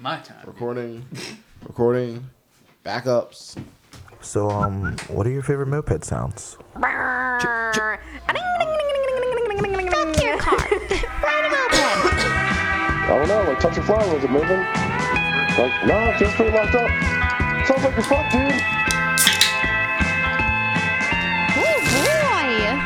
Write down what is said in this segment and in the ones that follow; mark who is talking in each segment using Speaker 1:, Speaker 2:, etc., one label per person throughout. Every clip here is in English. Speaker 1: my time.
Speaker 2: Recording, recording, backups.
Speaker 3: So, um, what are your favorite moped sounds?
Speaker 4: Fuck your car.
Speaker 5: I don't know, like touch your flower, is it moving? Like, nah, it feels pretty locked up. Sounds like you're fucked, dude.
Speaker 4: Oh boy.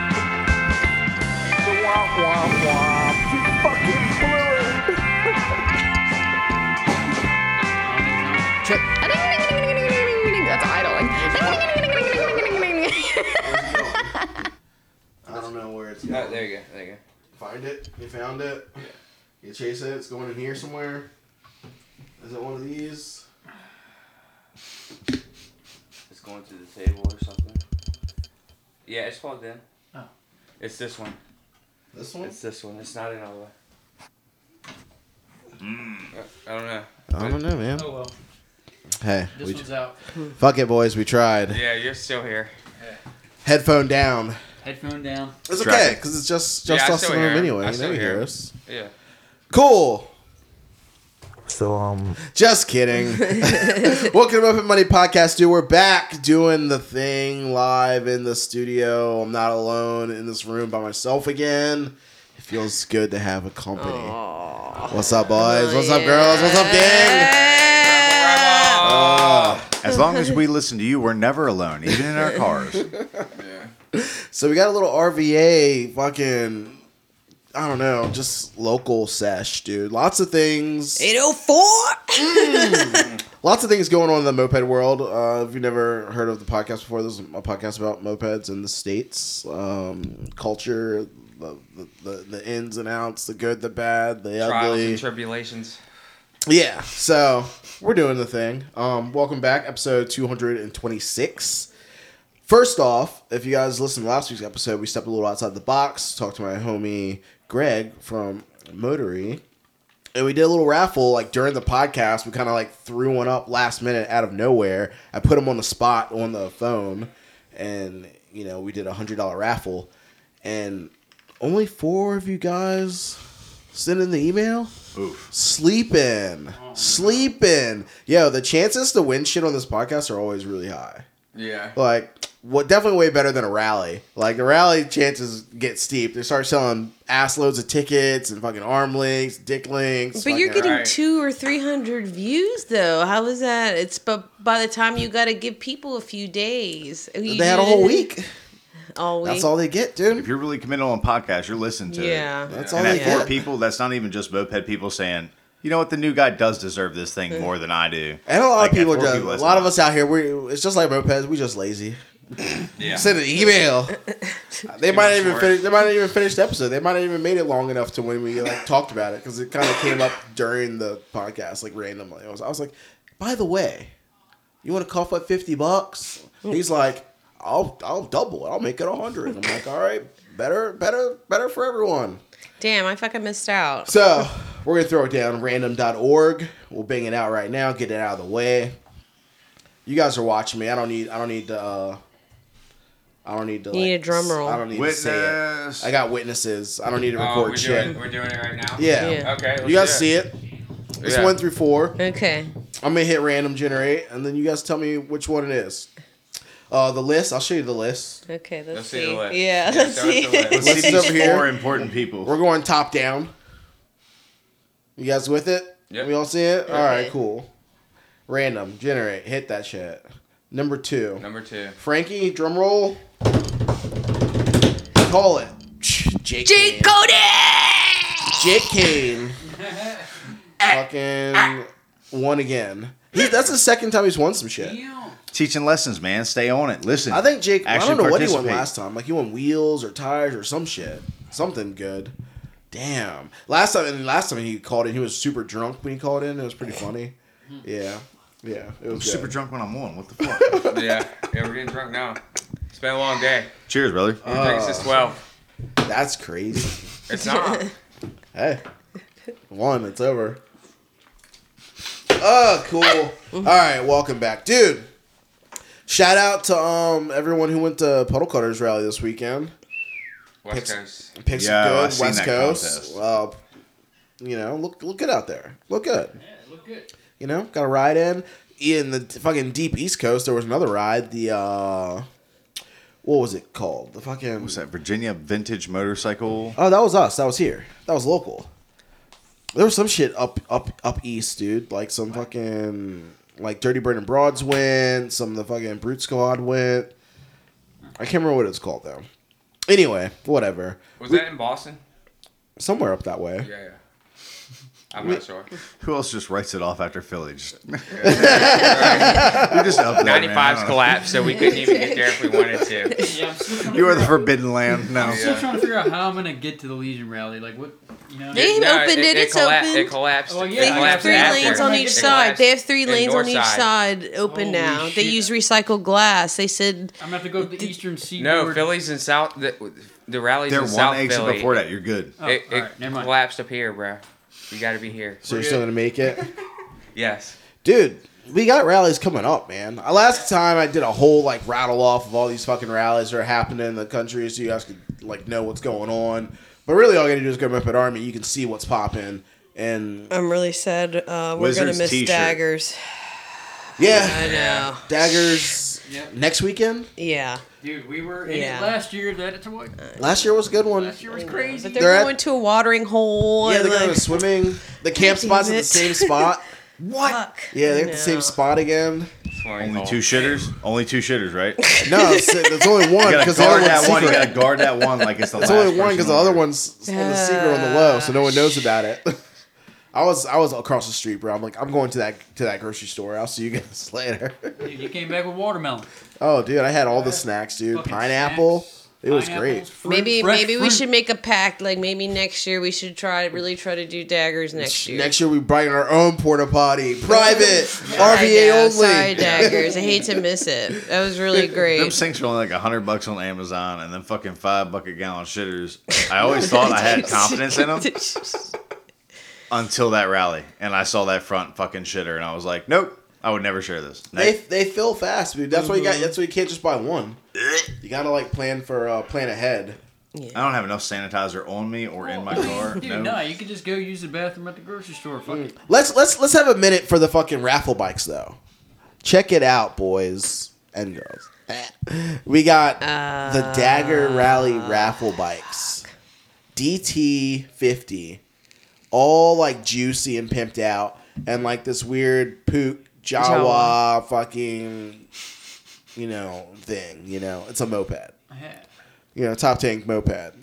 Speaker 1: Check.
Speaker 4: That's idling.
Speaker 2: I don't know where it's
Speaker 6: Oh, there you go. There you go.
Speaker 2: Find it. You found it. You chase it. It's going in here somewhere. Is it one of these?
Speaker 6: It's going to the table or something. Yeah, it's plugged in.
Speaker 1: Oh.
Speaker 6: It's this one.
Speaker 2: This one?
Speaker 6: It's this one. It's not in all the way. Uh, I I don't know.
Speaker 2: I don't know, man.
Speaker 1: Oh well,
Speaker 2: Hey,
Speaker 1: this
Speaker 2: we
Speaker 1: one's out.
Speaker 2: fuck it, boys. We tried.
Speaker 6: Yeah, you're still here.
Speaker 2: Headphone down.
Speaker 1: Headphone down.
Speaker 2: It's
Speaker 6: Track
Speaker 2: okay,
Speaker 6: it.
Speaker 2: because it's just
Speaker 6: Yeah,
Speaker 2: just
Speaker 6: I
Speaker 2: us in
Speaker 6: still
Speaker 2: the room
Speaker 6: hear him.
Speaker 2: anyway.
Speaker 6: I
Speaker 2: You know
Speaker 6: still
Speaker 2: you
Speaker 6: hear
Speaker 2: hear
Speaker 6: him.
Speaker 2: us.
Speaker 6: Yeah.
Speaker 2: Cool.
Speaker 3: So, um,
Speaker 2: Just kidding. Welcome to Muppet Money Podcast, dude. We're back doing the thing live in the studio. I'm not alone in this room by myself again. It feels good to have a company. What's up, boys? What's up, girls? What's up, gang?
Speaker 6: Oh.
Speaker 7: As long as we listen to you, we're never alone, even in our cars.
Speaker 2: So we got a little RVA fucking. I don't know, just local sesh, dude. Lots of things. Mm.
Speaker 8: 804.
Speaker 2: lots of things going on in the moped world. Uh, if you've never heard of the podcast before, this is a podcast about mopeds in the states, um, culture, the, the, the, the ins and outs, the good, the bad, the
Speaker 6: Trials
Speaker 2: ugly.
Speaker 6: and tribulations.
Speaker 2: yeah. So we're doing the thing. Um, welcome back, episode two hundred and twenty six. First off, if you guys listened to last week's episode, we stepped a little outside the box, talked to my homie Greg from Motory, and we did a little raffle like during the podcast. We kind of like threw one up last minute out of nowhere. I put him on the spot on the phone, and you know we did a hundred dollar raffle, and only four of you guys sent in the email. Oof. Sleeping, sleeping. Yo, the chances to win shit on this podcast are always really high
Speaker 6: Yeah.
Speaker 2: like what definitely way better than a rally. Like the rally chances get steep. They start selling ass loads of tickets and fucking arm links, dick links.
Speaker 8: But you're
Speaker 2: fucking-
Speaker 8: getting
Speaker 6: right.
Speaker 8: two or three hundred views though. How is that? It's but by the time you got to give people a few days. You
Speaker 2: they had a
Speaker 8: did
Speaker 2: whole
Speaker 8: it
Speaker 2: week.
Speaker 8: All week.
Speaker 2: That's all they get, dude.
Speaker 7: if you're really committed on podcasts, you're listening to
Speaker 8: Yeah.
Speaker 7: it.
Speaker 2: That's all
Speaker 7: And
Speaker 2: they
Speaker 7: at four
Speaker 2: get.
Speaker 7: people, that's not even just moped people saying, you know what, the new guy does deserve this thing more than I do.
Speaker 2: And a lot
Speaker 7: Like,
Speaker 2: of
Speaker 7: at
Speaker 2: people
Speaker 7: four
Speaker 2: just
Speaker 7: people,
Speaker 2: a
Speaker 7: that's
Speaker 2: lot of
Speaker 7: not-
Speaker 2: us out here. We it's just like mopeds. We just lazy.
Speaker 6: Yeah.
Speaker 2: Send an email. they might not
Speaker 6: much
Speaker 2: even
Speaker 6: work.
Speaker 2: finish. They might not even finish the episode. They might not even made it long enough to when we like talked about it because it kind of came up during the podcast, like randomly. I was, I was like, by the way, you want to cough up fifty bucks? He's like, I'll I'll double it. I'll make it a hundred. I'm like, all right, better better better for everyone.
Speaker 8: Damn, I fucking missed out.
Speaker 2: So we're gonna throw it down random.org. We'll bang it out right now, get it out of the way. You guys are watching me. I don't need I don't need to uh I don't need to
Speaker 8: You need
Speaker 2: like,
Speaker 8: a drum roll.
Speaker 2: I don't need to say it.
Speaker 7: Witness.
Speaker 2: I got witnesses. I don't need to
Speaker 6: Oh,
Speaker 2: record
Speaker 6: we're
Speaker 2: shit.
Speaker 6: doing, we're doing it right now.
Speaker 2: Yeah.
Speaker 8: Yeah.
Speaker 6: Okay. Let's
Speaker 2: You guys
Speaker 6: do
Speaker 2: see it? It's
Speaker 6: Yeah.
Speaker 2: one through four.
Speaker 8: Okay.
Speaker 2: I'm gonna hit random generate and then you guys tell me which one it is. Uh the list, I'll show you the list.
Speaker 8: Okay. Let's,
Speaker 6: Let's see
Speaker 8: see.
Speaker 6: the list.
Speaker 8: Yeah.
Speaker 6: Yeah,
Speaker 8: Let's
Speaker 6: show us
Speaker 8: see.
Speaker 6: the list.
Speaker 2: Let's
Speaker 7: Let's see
Speaker 2: over
Speaker 7: these
Speaker 2: here.
Speaker 7: four important people.
Speaker 2: We're going top down. You guys with it?
Speaker 6: Yep.
Speaker 2: We all see it? Alright,
Speaker 8: Okay.
Speaker 2: cool. Random, generate, hit that shit. Number two.
Speaker 6: Number two.
Speaker 2: Frankie, drum roll. Call it. Jake.
Speaker 8: Jake
Speaker 2: Kane.
Speaker 8: Cody.
Speaker 2: Jake Kane. Fucking won again. He, that's the second time he's won some shit.
Speaker 1: Damn.
Speaker 7: Teaching lessons, man. Stay on it. Listen.
Speaker 2: I think Jake. I don't
Speaker 7: Actually
Speaker 2: know what he won
Speaker 7: participate.
Speaker 2: last time. Like he won wheels or tires or some shit. Something good. Damn. Last time and last time he called in, he was super drunk when he called in. It was pretty funny. Yeah. Yeah. It was
Speaker 7: I'm
Speaker 2: good.
Speaker 7: super drunk when I'm on. What the fuck?
Speaker 6: Yeah. Yeah, we're getting drunk now. It's been a long day.
Speaker 7: Cheers, brother.
Speaker 2: Uh,
Speaker 6: It takes us 12.
Speaker 2: That's crazy.
Speaker 6: It's not.
Speaker 2: Hey, one, it's over. Oh, cool. All right, welcome back, dude. Shout out to um everyone who went to Puddle Cutters Rally this weekend.
Speaker 6: West Coast.
Speaker 2: Picks
Speaker 7: Yeah, I
Speaker 2: good,
Speaker 7: seen
Speaker 2: West
Speaker 7: that
Speaker 2: Coast.
Speaker 7: contest.
Speaker 2: Uh, you know, look look good out there. Look good.
Speaker 1: Yeah, it looked good.
Speaker 2: You know, got a ride in. In the fucking deep East Coast, there was another ride. The uh, what was it called? The fucking
Speaker 7: What's that? Virginia vintage motorcycle.
Speaker 2: Oh, that was us. That was here. That was local. There was some shit up up up east, dude. Like some fucking like Dirty Bird and Broads went, some of the fucking Brute Squad went. I can't remember what it's called though. Anyway, whatever.
Speaker 6: Was that in Boston?
Speaker 2: Somewhere up that way.
Speaker 6: Yeah, yeah. I'm not sure.
Speaker 7: Who else just writes it off after Philly? Just, You're just up there, man.
Speaker 6: 95's
Speaker 7: I don't know.
Speaker 6: collapsed, so we couldn't even get there if we wanted to.
Speaker 1: Yeah, I'm still trying to
Speaker 7: You are the
Speaker 1: figure out-
Speaker 7: forbidden land now.
Speaker 1: I'm still trying to figure out how I'm gonna get to the Legion rally. Like what, you know?
Speaker 8: They
Speaker 6: No,
Speaker 8: opened it. It's
Speaker 6: colla-
Speaker 8: open.
Speaker 6: It collapsed.
Speaker 1: Oh, yeah.
Speaker 6: It
Speaker 8: They have
Speaker 6: collapsed
Speaker 8: three
Speaker 6: after.
Speaker 8: lanes on
Speaker 1: It
Speaker 8: each
Speaker 1: collapsed
Speaker 8: side. They have three
Speaker 6: and
Speaker 8: lanes on
Speaker 6: north
Speaker 8: each
Speaker 6: side.
Speaker 8: side open
Speaker 1: Holy
Speaker 8: now. They
Speaker 1: shit.
Speaker 8: use recycled glass. They said
Speaker 1: I'm gonna have to go to the Eastern Seaboard.
Speaker 6: No, Philly's in South. The, the rallies
Speaker 7: They're
Speaker 6: in
Speaker 7: one
Speaker 6: South
Speaker 7: exit
Speaker 6: Philly.
Speaker 7: before that. You're good.
Speaker 1: Oh,
Speaker 6: it
Speaker 1: all
Speaker 6: it
Speaker 1: right, never mind.
Speaker 6: collapsed up here, bro. You got to be here.
Speaker 2: So you're still gonna make it,
Speaker 6: Yes.
Speaker 2: dude. We got rallies coming up, man. Uh, Last time I did a whole like rattle off of all these fucking rallies that are happening in the country, so you guys could like know what's going on. But really, all you gotta do is go to Muppet Army. You can see what's popping, and
Speaker 8: I'm really sad. Uh, we're gonna
Speaker 7: Wizards
Speaker 8: miss
Speaker 7: t-shirt.
Speaker 8: daggers.
Speaker 2: yeah,
Speaker 8: I know.
Speaker 2: daggers
Speaker 1: Yep.
Speaker 2: next weekend.
Speaker 8: Yeah,
Speaker 1: Dude, we were in
Speaker 8: Yeah.
Speaker 1: it last year. That it's what
Speaker 2: Last year was a good one.
Speaker 1: last year was crazy.
Speaker 8: but they're,
Speaker 2: They're at-
Speaker 8: going to a watering hole.
Speaker 2: Yeah,
Speaker 8: and
Speaker 2: they're going
Speaker 8: like,
Speaker 2: swimming. The camp
Speaker 8: Damn
Speaker 2: spots at the
Speaker 8: it.
Speaker 2: same spot. what?
Speaker 8: Fuck.
Speaker 2: Yeah,
Speaker 8: I
Speaker 2: they're at the same
Speaker 8: know.
Speaker 2: spot again.
Speaker 7: Only two shitters. Only two shitters, right?
Speaker 2: No, it's, there's only one
Speaker 7: You gotta
Speaker 2: because the other one's
Speaker 7: guard that one. You
Speaker 2: secret.
Speaker 7: gotta guard that one like it's the
Speaker 2: It's
Speaker 7: last
Speaker 2: only one because
Speaker 7: person
Speaker 2: the
Speaker 7: on.
Speaker 2: other one's on the secret on the low, so no one knows
Speaker 8: Uh,
Speaker 2: about it. I was I was across the street, bro. I'm like, I'm going to that to that grocery store. I'll see you guys later.
Speaker 1: Dude, you came back with watermelon.
Speaker 2: oh, dude, I had all the snacks, dude.
Speaker 1: Fucking
Speaker 2: Pineapple.
Speaker 1: snacks,
Speaker 2: It was
Speaker 1: pineapples,
Speaker 2: great.
Speaker 1: fruit,
Speaker 8: Maybe
Speaker 1: fresh
Speaker 8: maybe we
Speaker 1: fruit.
Speaker 8: should make a pact. Like maybe next year we should try really try to do daggers next year.
Speaker 2: Next year we bring our own porta potty, private,
Speaker 8: I
Speaker 2: RVA
Speaker 8: know.
Speaker 2: only.
Speaker 8: Sorry, daggers. I hate to miss it. That was really
Speaker 7: Them
Speaker 8: great.
Speaker 7: sinks are only like a hundred bucks on Amazon, and then fucking five bucket gallon shitters. I always thought I had confidence in them until that rally, and I saw that front fucking shitter, and I was like, nope, I would never share this.
Speaker 2: They they fill fast, dude. That's why you
Speaker 1: Mm-hmm.
Speaker 2: got. That's why you can't just buy one. You gotta like plan for uh, plan ahead.
Speaker 7: I don't have enough sanitizer on me or in my
Speaker 6: Oh,
Speaker 7: car.
Speaker 1: Dude,
Speaker 7: no.
Speaker 1: no, you could just go use the bathroom at the grocery store. Fuck it.
Speaker 2: Let's let's let's have a minute for the fucking raffle bikes though. Check it out, boys and girls. We got the Dagger Rally raffle bikes, DT fifty, all like juicy and pimped out, and like this weird pook Jawa, fucking, you know thing. You know, it's a moped.
Speaker 1: Yeah.
Speaker 2: you know, top tank moped.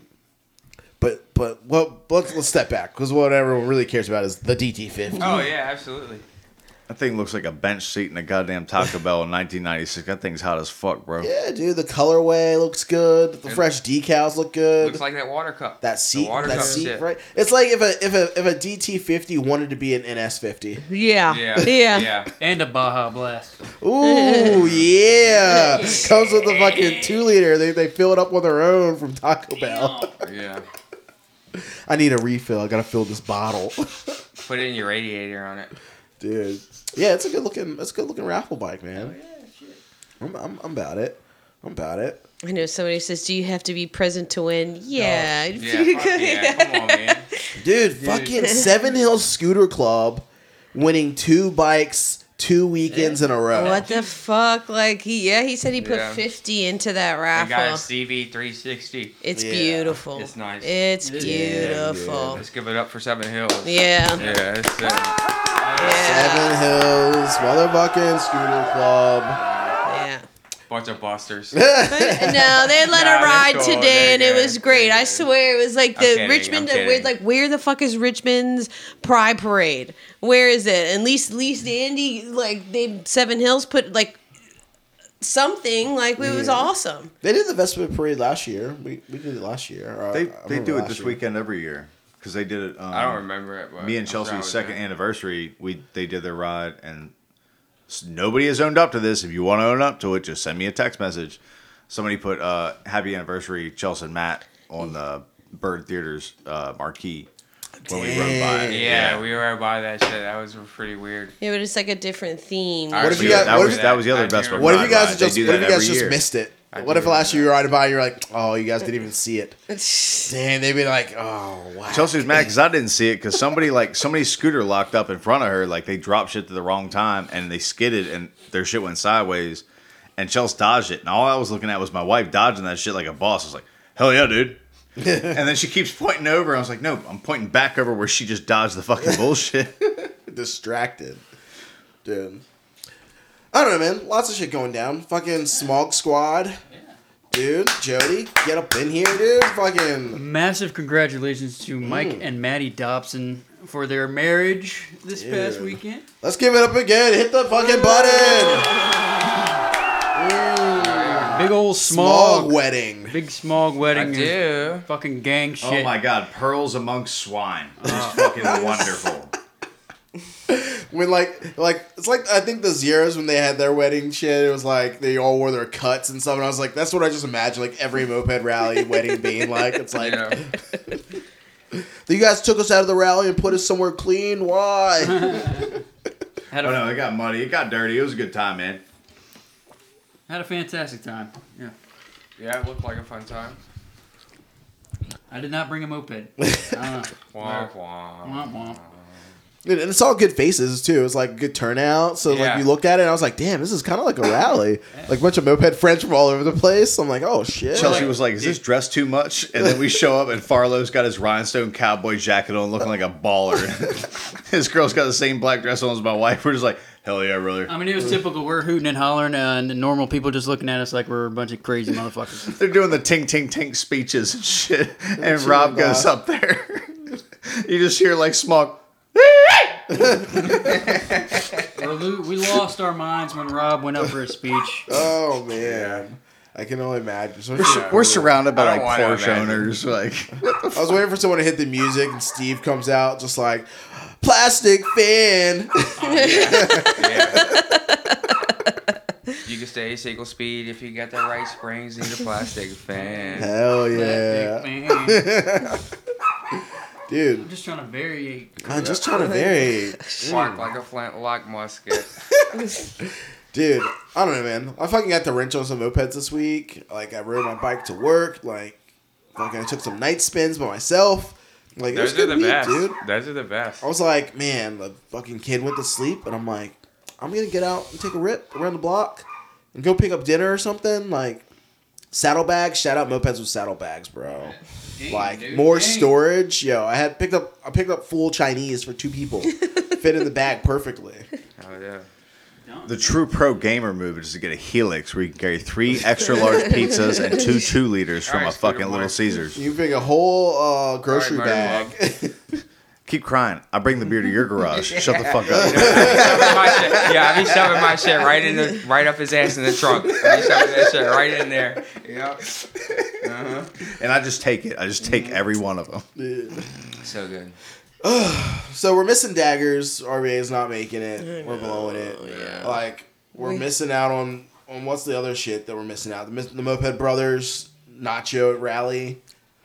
Speaker 2: But but what let's let's step back because what everyone really cares about is the DT50.
Speaker 6: Oh yeah, absolutely.
Speaker 7: That thing looks like a bench seat in a goddamn Taco Bell in 1996. That thing's hot as fuck, bro.
Speaker 2: Yeah, dude, the colorway looks good. The fresh decals look good.
Speaker 6: Looks like that water cup.
Speaker 2: that seat,
Speaker 6: The water
Speaker 2: that
Speaker 6: cup
Speaker 2: seat,
Speaker 6: shit.
Speaker 2: right? It's like if a if a if a DT50 wanted to be an NS50.
Speaker 8: Yeah.
Speaker 6: Yeah.
Speaker 8: Yeah.
Speaker 6: Yeah.
Speaker 1: And a Baja Blast.
Speaker 2: Ooh yeah, comes with a fucking two liter. They they fill it up on their own from Taco Bell.
Speaker 6: Yeah.
Speaker 2: I need a refill. I gotta fill this bottle.
Speaker 6: Put it in your radiator on it.
Speaker 2: dude. Yeah, it's a good looking. It's a good looking raffle bike, man. I'm, I'm, I'm about it. I'm about it.
Speaker 8: I know somebody says, "Do you have to be present to win?" Yeah.
Speaker 6: Yeah. fuck yeah. Come on, man.
Speaker 2: Dude, fucking Seven Hills Scooter Club winning two bikes two weekends in a row.
Speaker 8: What the fuck? Like he yeah, he said he put
Speaker 6: Yeah.
Speaker 8: fifty into that
Speaker 6: I got a
Speaker 8: raffle.
Speaker 6: CV360.
Speaker 8: It's
Speaker 2: Yeah.
Speaker 8: beautiful.
Speaker 6: It's nice.
Speaker 8: It's
Speaker 1: It is.
Speaker 8: beautiful.
Speaker 6: Let's give it up for Seven Hills.
Speaker 8: Yeah.
Speaker 6: Yeah. It's, uh,
Speaker 8: Yeah.
Speaker 2: Seven Hills Motherfucking Scooter Club.
Speaker 8: yeah.
Speaker 6: bunch of busters.
Speaker 8: But, no, they let
Speaker 6: Nah,
Speaker 8: her
Speaker 6: they're
Speaker 8: ride
Speaker 6: cool.
Speaker 8: today, and
Speaker 6: They're
Speaker 8: it
Speaker 6: good.
Speaker 8: was great.
Speaker 6: They're
Speaker 8: I
Speaker 6: good.
Speaker 8: swear, it was like
Speaker 6: I'm
Speaker 8: the
Speaker 6: kidding, I'm
Speaker 8: Richmond.
Speaker 6: kidding.
Speaker 8: we're like, where the fuck is Richmond's Pride Parade? Where is it? And least, least Andy, like they Seven Hills put like something. Like it was awesome.
Speaker 2: They did the Vestment Parade last year. We, we did it last year. or I- I
Speaker 7: They they
Speaker 2: remember
Speaker 7: do it
Speaker 2: last
Speaker 7: this
Speaker 2: year.
Speaker 7: weekend every year because they did it. Um,
Speaker 6: I don't remember it. But
Speaker 7: Me and
Speaker 6: I'm sure I
Speaker 7: Chelsea's
Speaker 6: was
Speaker 7: second
Speaker 6: there.
Speaker 7: anniversary, we they did their ride, and s- nobody has owned up to this. If you want to own up to it, just send me a text message. Somebody put uh, "Happy Anniversary, Chelsea and Matt" on the Bird Theater's uh, marquee when we rode by. it.
Speaker 6: Yeah, we were by that shit. That was pretty weird.
Speaker 8: Yeah, but it's like a different theme.
Speaker 6: I
Speaker 2: What if you
Speaker 6: remember
Speaker 2: got-
Speaker 6: that.
Speaker 2: what
Speaker 7: that was
Speaker 2: if-
Speaker 7: that was the
Speaker 6: I
Speaker 7: other
Speaker 6: remember
Speaker 7: best
Speaker 6: that.
Speaker 7: one.
Speaker 2: What if
Speaker 7: Ride
Speaker 2: you guys
Speaker 7: Ride.
Speaker 2: just
Speaker 7: They do
Speaker 2: What if
Speaker 7: that
Speaker 2: you guys
Speaker 7: every
Speaker 2: just
Speaker 7: year.
Speaker 2: missed it? What if last year you were riding by and you're like, oh, you guys didn't even see it? Damn, they'd be like, oh, wow.
Speaker 7: Chelsea's mad because I didn't see it because somebody like somebody's scooter locked up in front of her. Like they dropped shit to the wrong time and they skidded and their shit went sideways. And Chelsea dodged it, and all I was looking at was my wife dodging that shit like a boss. I was like, hell yeah, dude. and then she keeps pointing over. and I was like, no, I'm pointing back over where she just dodged the fucking bullshit.
Speaker 2: distracted, dude. I don't know, man. Lots of shit going down. Fucking Smog Squad, dude. Jody, get up in here, dude. Fucking
Speaker 1: Massive congratulations to Mike and Maddie Dobson for their marriage this past
Speaker 2: Dude.
Speaker 1: weekend.
Speaker 2: let's give it up again. Hit the fucking button.
Speaker 1: Big old
Speaker 2: Smog
Speaker 1: smog,
Speaker 2: wedding.
Speaker 1: big smog wedding.
Speaker 6: I
Speaker 1: is
Speaker 6: do.
Speaker 1: Fucking gang shit.
Speaker 7: Oh my god, pearls amongst swine. It's fucking wonderful.
Speaker 2: When like like it's like I think the Zeros when they had their wedding shit, it was like they all wore their cuts and stuff, and I was like, that's what I just imagine like every moped rally wedding being like. It's like
Speaker 6: Yeah.
Speaker 2: you guys took us out of the rally and put us somewhere clean. Why?
Speaker 1: Had a,
Speaker 7: Oh no, it got muddy. It got dirty. It was a good time, man.
Speaker 1: had a fantastic time. Yeah.
Speaker 6: Yeah, it looked like a fun time.
Speaker 1: I did not bring a moped. I don't know.
Speaker 6: Wah, wah.
Speaker 1: Womp womp.
Speaker 2: And and it's all good faces too. It's like good turnout. So like
Speaker 6: Yeah.
Speaker 2: you looked at it, and I was like, "Damn, this is kind of like a rally. Like a bunch of moped friends from all over the place." I'm like, "Oh shit!"
Speaker 7: Chelsea was like, "Is this dress too much?" And then we show up, and Farlow's got his rhinestone cowboy jacket on, looking like a baller. his girl's got the same black dress on as my wife. We're just like, "Hell yeah, brother!"
Speaker 1: I mean, it was typical. We're hooting and hollering, uh, and the normal people just looking at us like we're a bunch of crazy motherfuckers.
Speaker 7: They're doing the tink tink tink speeches and shit, and
Speaker 2: Cheering
Speaker 7: Rob goes
Speaker 2: blast.
Speaker 7: up there. you just hear like smog.
Speaker 1: We're lo- we lost our minds when Rob went up for a speech.
Speaker 2: "Oh man." I can only imagine. So-
Speaker 7: We're surrounded by
Speaker 6: I
Speaker 7: like
Speaker 6: don't wanna
Speaker 7: Porsche
Speaker 6: imagine.
Speaker 7: owners. Like,
Speaker 2: I was waiting for someone to hit the music, and Steve comes out just like, "Plastic fan."
Speaker 6: Yeah. you can stay single speed if you got the right springs and a plastic fan.
Speaker 2: Hell yeah,
Speaker 1: I'm
Speaker 2: dude!
Speaker 1: just trying to vary.
Speaker 2: I'm just trying to vary,
Speaker 6: Spark like a flintlock musket.
Speaker 2: dude. I don't know, man. I fucking got to wrench on some mopeds this week. Like I rode my bike to work. Like, fucking I took some night spins by myself. Like it was
Speaker 6: Those
Speaker 2: a
Speaker 6: are
Speaker 2: good
Speaker 6: the
Speaker 2: week,
Speaker 6: best.
Speaker 2: dude. Oh.
Speaker 6: Those are the best.
Speaker 2: I was like, man, the fucking kid went to sleep, and I'm like, I'm gonna get out and take a rip around the block and go pick up dinner or something. Like saddlebags, shout out mopeds with saddlebags, bro. like
Speaker 1: dude,
Speaker 2: more
Speaker 1: dang.
Speaker 2: storage, yo. I had picked up, I picked up full Chinese for two people, fit in the bag perfectly.
Speaker 6: Oh yeah.
Speaker 7: The true pro gamer move is to get a Helix where you can carry three extra large pizzas and two two liters from
Speaker 6: All right,
Speaker 7: a fucking
Speaker 6: Scooter
Speaker 7: Little
Speaker 6: boy.
Speaker 7: Caesars.
Speaker 2: You pick a whole uh, grocery
Speaker 6: All right,
Speaker 2: bag.
Speaker 7: Keep crying. I bring the beer to your garage. Shut the fuck up.
Speaker 6: Shoving my shit- Yeah, I be shoving my shit right in the right up his ass in the trunk. I be shoving that shit right in there. Yep.
Speaker 7: And I just take it. I just take every one of them.
Speaker 6: So good.
Speaker 2: so we're missing daggers. RBA is not making it. We're blowing it. Like we're missing out on on what's the other shit that we're missing out? The, mis- the Moped Brothers Nacho at Rally.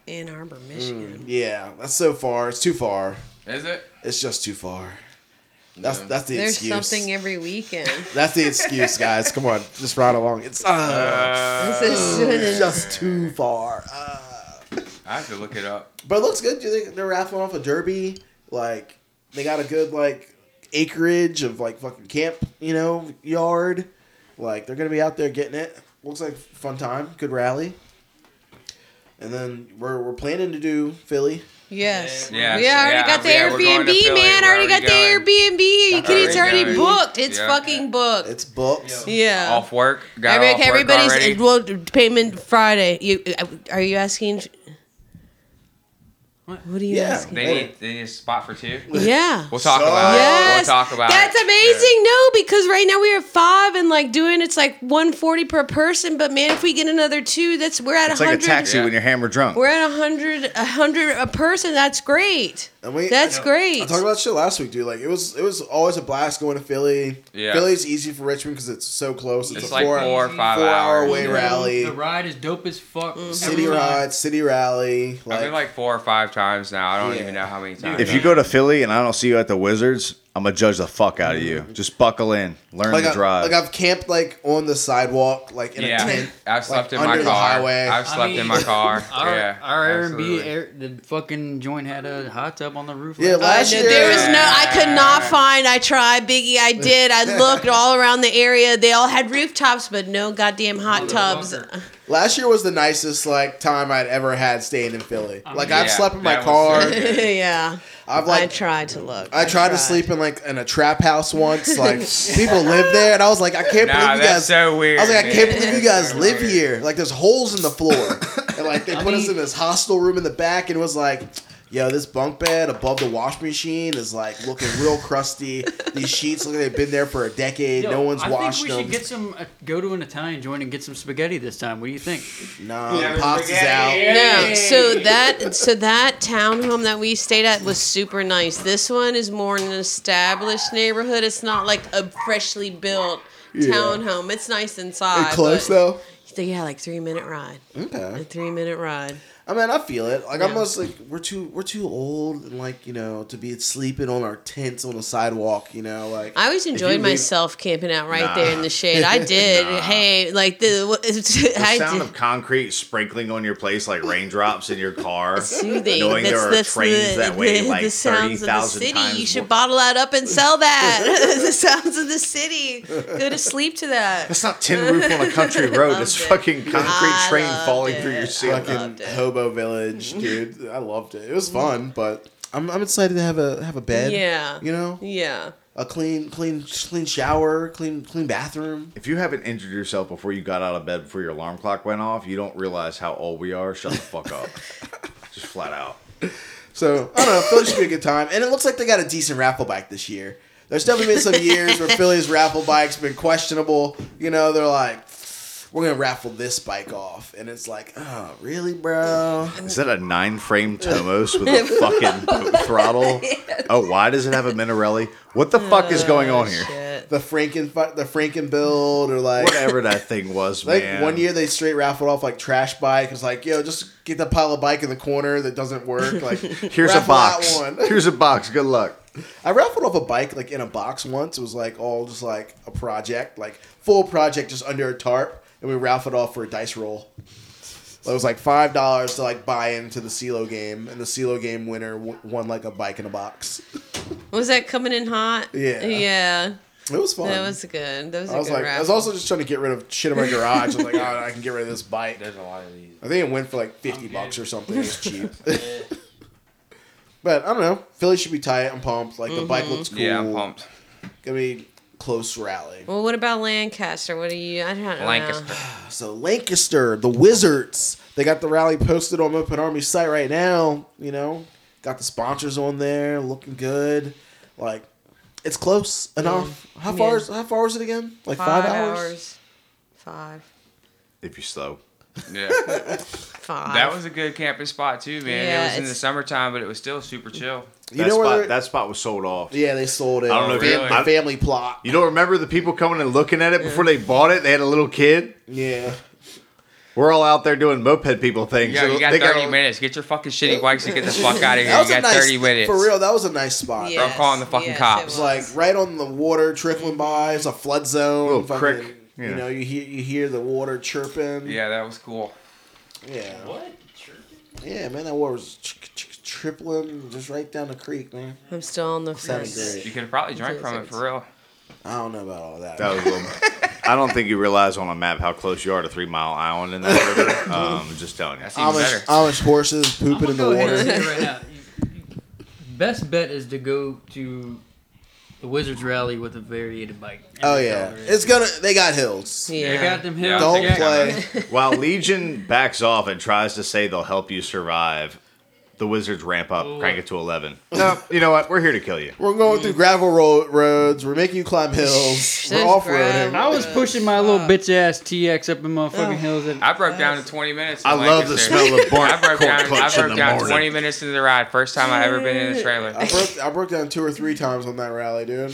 Speaker 8: Ann Arbor,
Speaker 6: Hmm.
Speaker 8: Michigan.
Speaker 2: Yeah, that's so far. It's too far.
Speaker 6: Is it?
Speaker 2: It's just too far. That's that's the
Speaker 8: There's
Speaker 2: excuse.
Speaker 8: something every weekend.
Speaker 2: that's the excuse, guys. Come on, just ride along. It's uh,
Speaker 8: This is-
Speaker 2: just too far. Uh.
Speaker 6: I have to look it up.
Speaker 2: But it looks good. Do you think they're raffling off a derby? Like they got a good like acreage of like fucking camp, you know, yard. Like they're gonna be out there getting it. Looks like fun time, good rally. And then we're we're planning to do Philly.
Speaker 8: yes.
Speaker 6: Yeah,
Speaker 8: We already
Speaker 6: yeah,
Speaker 8: got the
Speaker 6: yeah, we're going to
Speaker 8: Airbnb,
Speaker 6: Philly.
Speaker 8: man. I
Speaker 6: We're
Speaker 8: already got the
Speaker 6: already
Speaker 8: Airbnb. You kidding? It's
Speaker 6: Already
Speaker 8: already
Speaker 6: going.
Speaker 8: booked. It's
Speaker 6: Yeah.
Speaker 8: fucking booked.
Speaker 2: It's books.
Speaker 8: yeah.
Speaker 6: Uh, Off work. Got
Speaker 8: Every-
Speaker 6: off work
Speaker 8: everybody's
Speaker 6: already.
Speaker 8: well payment Friday. You uh, are you asking?
Speaker 1: What?
Speaker 8: What are you
Speaker 2: Yeah.
Speaker 8: asking?
Speaker 6: They need they need a spot for two.
Speaker 8: Yeah.
Speaker 6: We'll talk about
Speaker 8: Yes,
Speaker 6: it. We'll talk about
Speaker 8: that's
Speaker 6: it.
Speaker 8: amazing. No, because right now we are five and like doing it's like one forty per person. But man, if we get another two, that's we're at
Speaker 7: It's like a
Speaker 8: hundred.
Speaker 7: taxi
Speaker 6: Yeah.
Speaker 7: when you're hammer drunk.
Speaker 8: We're at a hundred, a hundred a person. That's great.
Speaker 2: And we,
Speaker 8: That's
Speaker 2: I
Speaker 8: great.
Speaker 2: talked about shit last week, dude. Like it was, it was always a blast going to Philly.
Speaker 6: Yeah.
Speaker 2: Philly's easy for Richmond because it's so close. It's,
Speaker 6: It's
Speaker 2: a
Speaker 6: like
Speaker 2: four,
Speaker 6: four or five
Speaker 2: four hour
Speaker 6: hours.
Speaker 2: way rally, Mm-hmm.
Speaker 1: The ride is dope as fuck. every
Speaker 2: city
Speaker 1: time.
Speaker 2: ride, city rally.
Speaker 6: I've been like four or five times now. I don't
Speaker 2: Yeah.
Speaker 6: even know how many times.
Speaker 7: if you go to Philly and I don't see you at the Wizards, I'm gonna judge the fuck out of you. Just buckle in, learn
Speaker 2: Like,
Speaker 7: to
Speaker 2: I,
Speaker 7: drive.
Speaker 2: like I've camped like on the sidewalk, like in a
Speaker 6: yeah,
Speaker 2: tent.
Speaker 6: I've slept
Speaker 2: like,
Speaker 6: in my
Speaker 2: under the
Speaker 6: car.
Speaker 2: highway.
Speaker 6: I've slept
Speaker 1: I mean,
Speaker 6: in my car.
Speaker 1: Our,
Speaker 6: yeah,
Speaker 1: our Airbnb,
Speaker 6: absolutely.
Speaker 1: air, the fucking joint had a hot tub on the roof.
Speaker 2: Yeah,
Speaker 8: I
Speaker 2: last
Speaker 8: did-
Speaker 2: year.
Speaker 8: There was no. I could not find. I tried, Biggie. I did. I looked all around the area. They all had rooftops, but no goddamn hot tubs.
Speaker 1: Motherfucker.
Speaker 2: Last year was the nicest like time I'd ever had staying in Philly.
Speaker 1: Um,
Speaker 2: Like I've
Speaker 6: Yeah,
Speaker 2: slept in my
Speaker 6: that was
Speaker 2: car.
Speaker 6: so good.
Speaker 8: yeah,
Speaker 2: I've
Speaker 8: I
Speaker 2: like
Speaker 8: tried to look.
Speaker 2: I tried to sleep in like in a trap house once. Like people live there, and I was like, I can't
Speaker 6: Nah,
Speaker 2: believe you
Speaker 6: that's
Speaker 2: guys.
Speaker 6: so weird.
Speaker 2: I was like, I
Speaker 6: man.
Speaker 2: can't believe you guys
Speaker 6: So
Speaker 2: live
Speaker 6: weird.
Speaker 2: here. Like there's holes in the floor, and like they put us
Speaker 1: mean-
Speaker 2: in this hostel room in the back, and it was like. Yo, this bunk bed above the wash machine is like looking real crusty. These sheets look like they've been there for a decade.
Speaker 1: Yo,
Speaker 2: no one's
Speaker 1: I
Speaker 2: washed
Speaker 1: think we
Speaker 2: them.
Speaker 1: should get some. Uh, go to an Italian joint and get some spaghetti this time. What do you think?
Speaker 2: Nah, the pops is out.
Speaker 8: No, so that so that townhome that we stayed at was super nice. This one is more an established neighborhood. It's not like a freshly built townhome. It's nice inside.
Speaker 2: It close
Speaker 8: but-
Speaker 2: though. Hmm?
Speaker 8: Yeah, like three minute ride.
Speaker 2: Okay.
Speaker 8: A three minute ride.
Speaker 2: I mean, I feel it. Like I'm
Speaker 8: Yeah.
Speaker 2: almost like we're too we're too old and like you know to be sleeping on our tents on the sidewalk. You know, like
Speaker 8: I always enjoyed
Speaker 2: leave-
Speaker 8: myself camping out right there in the shade. I did. Hey, like the,
Speaker 7: the
Speaker 8: I
Speaker 7: sound
Speaker 8: did.
Speaker 7: of concrete sprinkling on your place like raindrops in your car.
Speaker 8: Soothing.
Speaker 7: Knowing
Speaker 8: that's,
Speaker 7: there are
Speaker 8: that's
Speaker 7: trains
Speaker 8: the,
Speaker 7: that weigh,
Speaker 8: the,
Speaker 7: like,
Speaker 8: the sounds of the
Speaker 7: 30,000
Speaker 8: city.
Speaker 7: times
Speaker 8: You
Speaker 7: more.
Speaker 8: should bottle that up and sell that. the sounds of the city. Go to sleep to that.
Speaker 7: That's not tin roof on a country road. It's
Speaker 8: Loved it.
Speaker 7: fucking concrete
Speaker 8: I
Speaker 7: train
Speaker 8: loved
Speaker 7: falling
Speaker 8: it.
Speaker 7: through your
Speaker 2: fucking
Speaker 7: ceiling.
Speaker 8: loved it.
Speaker 2: hobo village, dude. I loved it. It was fun, but I'm I'm excited to have a have a bed.
Speaker 8: Yeah.
Speaker 2: you know,
Speaker 8: Yeah.
Speaker 2: a clean clean clean shower, clean clean bathroom.
Speaker 7: If you haven't injured yourself before you got out of bed before your alarm clock went off, you don't realize how old we are. Shut the fuck up. Just flat out.
Speaker 2: So I don't know. Philly should be a good time, and it looks like they got a decent raffle bike this year. There's definitely been some years where Philly's raffle bike's been questionable. You know, they're like, we're gonna raffle this bike off, and it's like, oh, really, bro?
Speaker 7: Is that a nine frame Tomos with a fucking boat throttle? Oh, why does it have a Minarelli? What the fuck is going on here?
Speaker 8: Shit.
Speaker 2: The Franken the Franken build, or like.
Speaker 7: Whatever that thing was,
Speaker 2: Like
Speaker 7: man.
Speaker 2: one year they straight raffled off like trash bike. It's like, yo, just get that pile of bike in the corner that doesn't work. Like
Speaker 7: Here's a
Speaker 2: raffle that
Speaker 7: box.
Speaker 2: one.
Speaker 7: Here's a box. Good luck.
Speaker 2: I raffled off a bike like in a box once. It was like all just like a project, like full project, just under a tarp, and we raffled off for a dice roll. It was like five dollars to like buy into the CeeLo game, and the CeeLo game winner w- won like a bike in a box.
Speaker 8: Was that coming in hot?
Speaker 2: Yeah.
Speaker 8: Yeah.
Speaker 2: It was fun.
Speaker 8: That was good. That was a
Speaker 2: I was
Speaker 8: good
Speaker 2: like,
Speaker 8: raffle.
Speaker 2: I was also just trying to get rid of shit in my garage. I was like, oh, I can get rid of this bike.
Speaker 6: There's a lot of these.
Speaker 2: I think it went for like 50 bucks or something. It was cheap. but I don't know. Philly should be tight. I'm pumped.
Speaker 8: Mm-hmm.
Speaker 2: Like the bike looks cool.
Speaker 6: Yeah, I'm pumped.
Speaker 2: Gonna be close rally.
Speaker 8: well, what about Lancaster? What are you? I don't know.
Speaker 6: Lancaster.
Speaker 2: So Lancaster, the Wizards, they got the rally posted on Open Army site right now. You know, got the sponsors on there, looking good. Like it's close enough. How far?
Speaker 8: Yeah.
Speaker 2: Is, how far is it again? Like
Speaker 8: Five,
Speaker 2: five, hours?
Speaker 8: hours. Five.
Speaker 7: If you slow.
Speaker 6: Yeah.
Speaker 8: Five.
Speaker 6: That was a good camping spot too, man.
Speaker 8: Yeah,
Speaker 6: it was in the
Speaker 8: it's-
Speaker 6: summertime, but it was still super chill.
Speaker 2: You
Speaker 7: That,
Speaker 2: know where?
Speaker 7: spot,
Speaker 2: they're-
Speaker 7: that spot was sold off.
Speaker 2: yeah, they sold it.
Speaker 7: I don't know if
Speaker 2: Fam-
Speaker 6: you- I-
Speaker 2: family plot.
Speaker 7: You don't remember the people coming and looking at it before they bought it? They had a little kid.
Speaker 2: Yeah.
Speaker 7: We're all out there doing moped people things.
Speaker 6: Yeah, you got
Speaker 7: They
Speaker 6: 30
Speaker 7: all-
Speaker 6: minutes. Get your fucking shitty bikes and get the fuck out of here.
Speaker 2: That
Speaker 6: You
Speaker 2: was a
Speaker 6: got
Speaker 2: nice,
Speaker 6: 30 minutes.
Speaker 2: For real, that was a nice spot.
Speaker 8: Yes,
Speaker 6: calling the fucking
Speaker 8: yes, it
Speaker 6: cops.
Speaker 8: was.
Speaker 2: It's like right on the water trickling by. It's a flood zone.
Speaker 7: Little
Speaker 2: fucking-
Speaker 7: crick,
Speaker 2: You
Speaker 7: yeah.
Speaker 2: know, you hear you hear the water chirping.
Speaker 6: Yeah, that was cool.
Speaker 2: Yeah. What? Yeah, man, that water was ch- ch- tripling just right down the creek, man.
Speaker 8: I'm still on the
Speaker 2: Sounded
Speaker 8: fence.
Speaker 6: You
Speaker 2: great.
Speaker 6: could have probably drank from it for real.
Speaker 2: I don't know about all that.
Speaker 7: That was a little, I don't think you realize on a map how close you are to Three Mile Island in that river. Um, just telling you.
Speaker 6: That's even
Speaker 2: Amish,
Speaker 6: better.
Speaker 2: Amish horses
Speaker 1: I'm
Speaker 2: pooping
Speaker 1: gonna
Speaker 2: in the
Speaker 1: go ahead and
Speaker 2: water.
Speaker 1: say right now. you- you- Best bet is to go to the Wizards rally with a variated bike.
Speaker 2: Oh yeah, it's gonna. They got hills.
Speaker 1: They
Speaker 8: Yeah.
Speaker 1: got them
Speaker 6: Yeah,
Speaker 1: hills.
Speaker 6: I
Speaker 2: Don't
Speaker 6: think I got
Speaker 2: play.
Speaker 7: While Legion backs off and tries to say they'll help you survive, the Wizards ramp up, crank it to 11. No, you know what? We're here to kill you.
Speaker 2: We're going through gravel road roads. We're making you climb hills. We're
Speaker 8: There's
Speaker 2: off roading.
Speaker 8: gravel.
Speaker 1: I was pushing my little bitch ass TX up in my fucking hills. At,
Speaker 6: I broke down in 20 minutes. in
Speaker 7: I love the
Speaker 6: Lancaster.
Speaker 7: smell of
Speaker 6: I
Speaker 7: bark
Speaker 6: broke
Speaker 7: corn
Speaker 6: down, I
Speaker 7: clutch in
Speaker 6: broke
Speaker 7: the
Speaker 6: down
Speaker 7: morning.
Speaker 6: 20 minutes into the ride. First time I ever been in a trailer.
Speaker 2: I broke, I broke down two or three times on that rally, dude.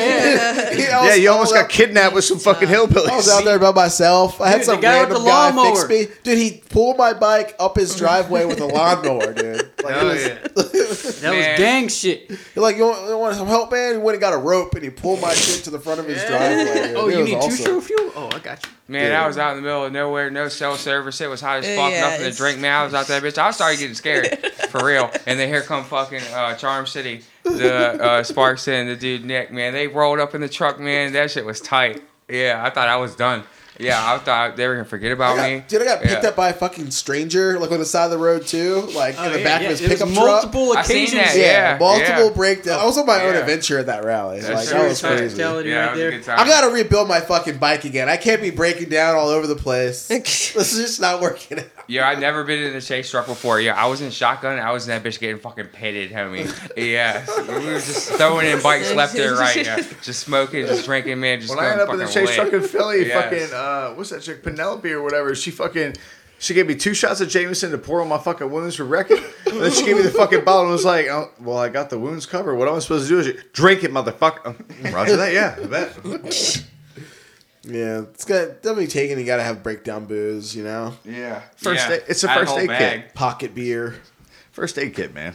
Speaker 7: Yeah, you almost got kidnapped with some fucking
Speaker 2: I was out
Speaker 7: hillbillies.
Speaker 2: there by myself. I had
Speaker 1: Dude,
Speaker 2: some
Speaker 1: the guy with
Speaker 2: random
Speaker 1: the
Speaker 2: guy fix
Speaker 1: lawnmower.
Speaker 2: me. Dude, he pulled my bike up his driveway with a lawnmower, dude. Like, it
Speaker 6: Oh,
Speaker 2: was-
Speaker 6: yeah.
Speaker 1: That was
Speaker 6: Man.
Speaker 1: gang shit.
Speaker 2: You're like, you want, you want some help, man? He went and got a rope and he pulled my shit to the front of his driveway.
Speaker 1: Oh,
Speaker 2: It
Speaker 1: you
Speaker 2: was
Speaker 1: need two
Speaker 2: awesome.
Speaker 1: show fuel? Oh, I got you.
Speaker 6: Man, I was out in the middle of nowhere, no cell service. It was hot as
Speaker 8: Uh,
Speaker 6: fuck,
Speaker 8: yeah,
Speaker 6: nothing to
Speaker 8: it's-
Speaker 6: drink. Man, I was out there, bitch. I started getting scared, for real. And then here come fucking uh, Charm City, the uh, Sparks and the dude Nick. Man, they rolled up in the truck. Man, that shit was tight. Yeah, I thought I was done. Yeah, I thought they were gonna forget
Speaker 2: I
Speaker 6: about
Speaker 2: got-
Speaker 6: me.
Speaker 2: dude, I got picked
Speaker 6: Yeah.
Speaker 2: up by a fucking stranger, like on the side of the road too, like in the
Speaker 1: Oh, yeah,
Speaker 2: back
Speaker 1: yeah,
Speaker 2: of his
Speaker 1: it was
Speaker 2: pickup truck.
Speaker 1: multiple
Speaker 6: I seen
Speaker 1: occasions.
Speaker 6: that,
Speaker 2: yeah,
Speaker 6: Yeah,
Speaker 2: multiple
Speaker 6: yeah.
Speaker 2: breakdowns. I was on my own
Speaker 6: Yeah.
Speaker 2: adventure at that rally.
Speaker 6: That's
Speaker 2: like
Speaker 6: true.
Speaker 2: that was
Speaker 6: That's
Speaker 2: crazy.
Speaker 1: right.
Speaker 6: Yeah,
Speaker 1: right
Speaker 6: it was a
Speaker 1: there.
Speaker 6: good time.
Speaker 2: I gotta rebuild my fucking bike again. I can't be breaking down all over the place. this is just not working out.
Speaker 6: Yeah, I've never been in a chase truck before. Yeah, I was in shotgun. I was in that bitch getting fucking pitted, homie. Yeah, we were just throwing in bikes left and right. Yeah. Just smoking, just drinking, man. Just
Speaker 7: When I
Speaker 6: going
Speaker 7: ended up in the
Speaker 6: fucking
Speaker 7: chase
Speaker 6: lit.
Speaker 7: truck in Philly,
Speaker 6: Yes.
Speaker 7: fucking uh, what's that chick Penelope or whatever? She fucking she gave me two shots of Jameson to pour on my fucking wounds for wrecking. And then she gave me the fucking bottle and was like, oh, "Well, I got the wounds covered. What am I supposed to do? Is you- drink it, motherfucker." Roger that. Yeah, I bet.
Speaker 2: Yeah, it's got definitely taken. You gotta have breakdown booze, you know,
Speaker 7: Yeah. First
Speaker 6: Yeah,
Speaker 7: aid. It's a
Speaker 6: I had
Speaker 7: first
Speaker 6: whole
Speaker 7: aid
Speaker 6: bag.
Speaker 7: kit.
Speaker 2: pocket beer.
Speaker 7: First aid kit, man.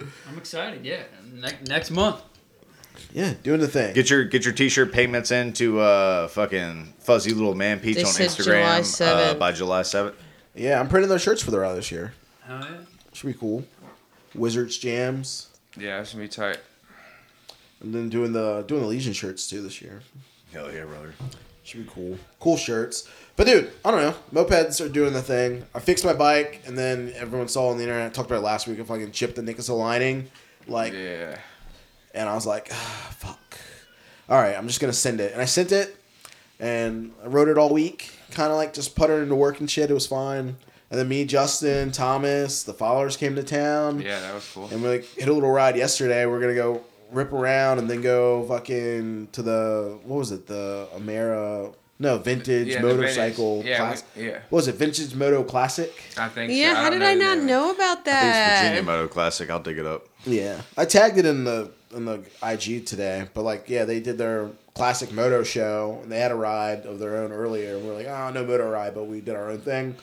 Speaker 1: I'm excited. Yeah, ne- next month.
Speaker 2: Yeah, doing the thing.
Speaker 7: Get your get your t-shirt payments in to uh, fucking fuzzy little man peach
Speaker 8: They
Speaker 7: on
Speaker 8: said
Speaker 7: Instagram
Speaker 8: July
Speaker 7: uh,
Speaker 8: 7th.
Speaker 7: by July seventh.
Speaker 2: Yeah, I'm printing those shirts for the rally this year.
Speaker 1: Oh, yeah.
Speaker 2: Should be cool. Wizards jams,
Speaker 6: Yeah, that's gonna be tight.
Speaker 2: and then doing the doing the Legion shirts too this year.
Speaker 7: Hell yeah, brother.
Speaker 2: Should be cool. Cool shirts. But dude, I don't know. Mopeds are doing the thing. I fixed my bike, and then everyone saw on the internet. I talked about it last week. I fucking chipped the Nicholas lining, like,
Speaker 6: Yeah.
Speaker 2: and I was like, ah, fuck. All right, I'm just gonna send it, and I sent it, and I rode it all week, kind of like just puttering to work and shit. It was fine. And then me, Justin, Thomas, the followers came to town.
Speaker 6: Yeah, that was cool.
Speaker 2: And we like hit a little ride yesterday. We're gonna go rip around and then go fucking to the what was it? The Amera no vintage
Speaker 6: Yeah, the
Speaker 2: motorcycle.
Speaker 6: vintage. Yeah,
Speaker 2: class-
Speaker 6: we- yeah.
Speaker 2: What was it? Vintage Moto Classic.
Speaker 6: I think.
Speaker 8: Yeah,
Speaker 6: so.
Speaker 8: how
Speaker 6: don't
Speaker 8: did I
Speaker 6: the
Speaker 8: not
Speaker 6: name.
Speaker 8: know about
Speaker 7: It's Virginia
Speaker 8: that?
Speaker 7: Moto Classic. I'll dig it up.
Speaker 2: Yeah, I tagged it in the in the IG today. But like, yeah, they did their classic moto show and they had a ride of their own earlier. And we are like, oh, no moto ride, but we did our own thing.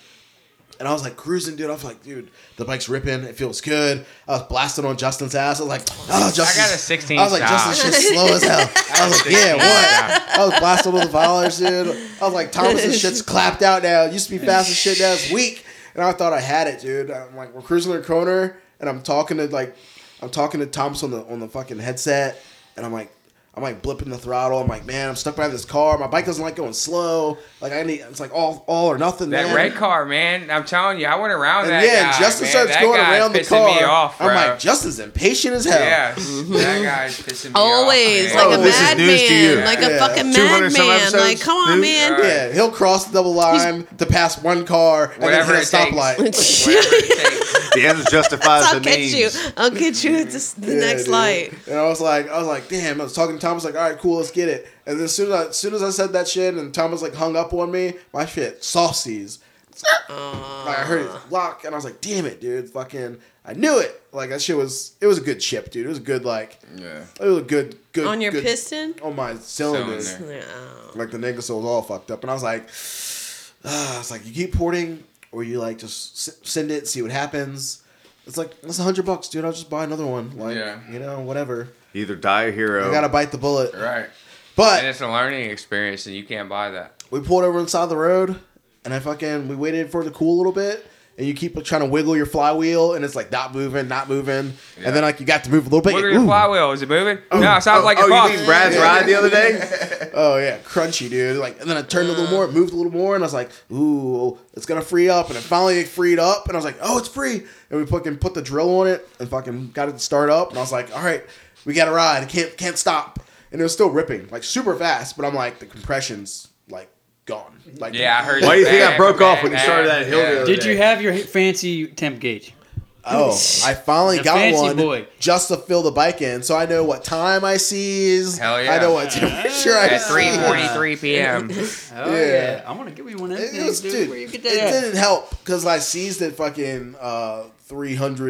Speaker 2: And I was like cruising, dude. I was like, dude, the bike's ripping. It feels good. I was blasting on Justin's ass. I was like, oh, Justin.
Speaker 6: a 16
Speaker 2: I was like,
Speaker 6: style.
Speaker 2: Justin's shit's slow as hell. I was like, yeah, what? I was blasting all the followers, dude. I was like, Thomas's shit's clapped out now. It used to be fast as shit. Now it's weak. And I thought I had it, dude. I'm like, we're cruising the corner, and I'm talking to like, I'm talking to Thomas on the on the fucking headset, and I'm like, I'm like blipping the throttle. I'm like, man, I'm stuck behind this car. My bike doesn't like going slow. Like I need, it's like all all or nothing.
Speaker 6: That
Speaker 2: man.
Speaker 6: red car, man. I'm telling you, I went around
Speaker 2: And
Speaker 6: that.
Speaker 2: yeah,
Speaker 6: guy,
Speaker 2: Justin
Speaker 6: man.
Speaker 2: starts
Speaker 6: That
Speaker 2: going
Speaker 6: guy's
Speaker 2: around the
Speaker 6: pissing
Speaker 2: car.
Speaker 6: Me off, bro.
Speaker 2: I'm like, Justin's impatient as hell.
Speaker 6: Yes, that guy's pissing me
Speaker 8: Always,
Speaker 6: off.
Speaker 8: like
Speaker 6: man.
Speaker 8: a
Speaker 7: Oh, this is news to you.
Speaker 8: madman, like a
Speaker 2: Yeah.
Speaker 8: fucking
Speaker 7: 200
Speaker 8: madman.
Speaker 7: some
Speaker 8: Like,
Speaker 7: episodes,
Speaker 8: come on,
Speaker 7: news.
Speaker 8: man.
Speaker 6: Alright.
Speaker 2: Yeah, he'll cross the double line to pass one car and
Speaker 6: Whatever
Speaker 2: then hit a
Speaker 6: it takes.
Speaker 2: stoplight.
Speaker 6: Whatever it takes.
Speaker 7: The end justifies
Speaker 8: I'll
Speaker 7: the
Speaker 8: get
Speaker 7: means.
Speaker 8: you. I'll get you at this, the
Speaker 2: Yeah,
Speaker 8: next
Speaker 2: dude.
Speaker 8: light.
Speaker 2: And I was like, I was like, damn. I was talking to Thomas like, all right, cool, let's get it. And then as soon as I, as soon as I said that shit, and Thomas like hung up on me, my shit saucies. Like I heard
Speaker 8: Uh.
Speaker 2: it lock, and I was like, damn it, dude, fucking, I knew it. Like that shit was, it was a good chip, dude. It was a good like,
Speaker 6: Yeah.
Speaker 2: it was a good good
Speaker 8: On your
Speaker 2: good-
Speaker 8: piston?
Speaker 2: on my cylinders.
Speaker 6: Cylinder.
Speaker 8: Yeah.
Speaker 2: like the nigga soul was all fucked up, and I was like, ah, it's like you keep porting, or you like just s- send it, see what happens. It's like that's a hundred bucks, dude. I'll just buy another one. Like
Speaker 6: Yeah.
Speaker 2: you know, whatever.
Speaker 7: Either die a hero.
Speaker 2: I gotta bite the bullet.
Speaker 6: Right. And
Speaker 2: But
Speaker 6: it's a learning experience, and you can't buy that.
Speaker 2: we pulled over on the side of the road, and I fucking we waited for it to cool a little bit. And you keep trying to wiggle your flywheel, and it's like not moving, not moving, and then like you got to move a little bit.
Speaker 6: Look at
Speaker 2: you-
Speaker 6: your
Speaker 2: ooh.
Speaker 6: flywheel. Is it moving? no, it sounds like
Speaker 7: oh,
Speaker 6: it
Speaker 7: you
Speaker 6: popped.
Speaker 7: mean Brad's ride the other day?
Speaker 2: Oh yeah, crunchy, dude. Like, and then I turned a
Speaker 6: Uh.
Speaker 2: little more, it moved a little more, and I was like, "Ooh, it's gonna free up." And it finally freed up, and I was like, "Oh, it's free!" And we fucking put the drill on it and fucking got it to start up. And I was like, "All right, we got to ride. It can't can't stop." And it was still ripping, like super fast. But I'm like, the compression's like gone. Like,
Speaker 6: Yeah, I heard.
Speaker 7: Why do you think I
Speaker 6: Bad,
Speaker 7: broke
Speaker 6: bad,
Speaker 7: off when you
Speaker 6: bad,
Speaker 7: started that hill the
Speaker 6: yeah.
Speaker 7: other
Speaker 1: Did
Speaker 7: day?
Speaker 1: you have your fancy temp gauge?
Speaker 2: Oh, I finally
Speaker 1: The
Speaker 2: got
Speaker 1: fancy
Speaker 2: one
Speaker 1: boy.
Speaker 2: just to fill the bike in, so I know what time I seize.
Speaker 6: Hell yeah.
Speaker 2: I know what temperature I
Speaker 6: At
Speaker 2: seize.
Speaker 6: 3:43 p.m.
Speaker 1: Oh
Speaker 2: Yeah.
Speaker 1: yeah, I'm gonna give you one of
Speaker 2: It,
Speaker 1: those.
Speaker 2: it was,
Speaker 1: things,
Speaker 2: dude.
Speaker 1: Where you get
Speaker 2: it
Speaker 1: that? at?
Speaker 2: didn't help because I seized it fucking uh,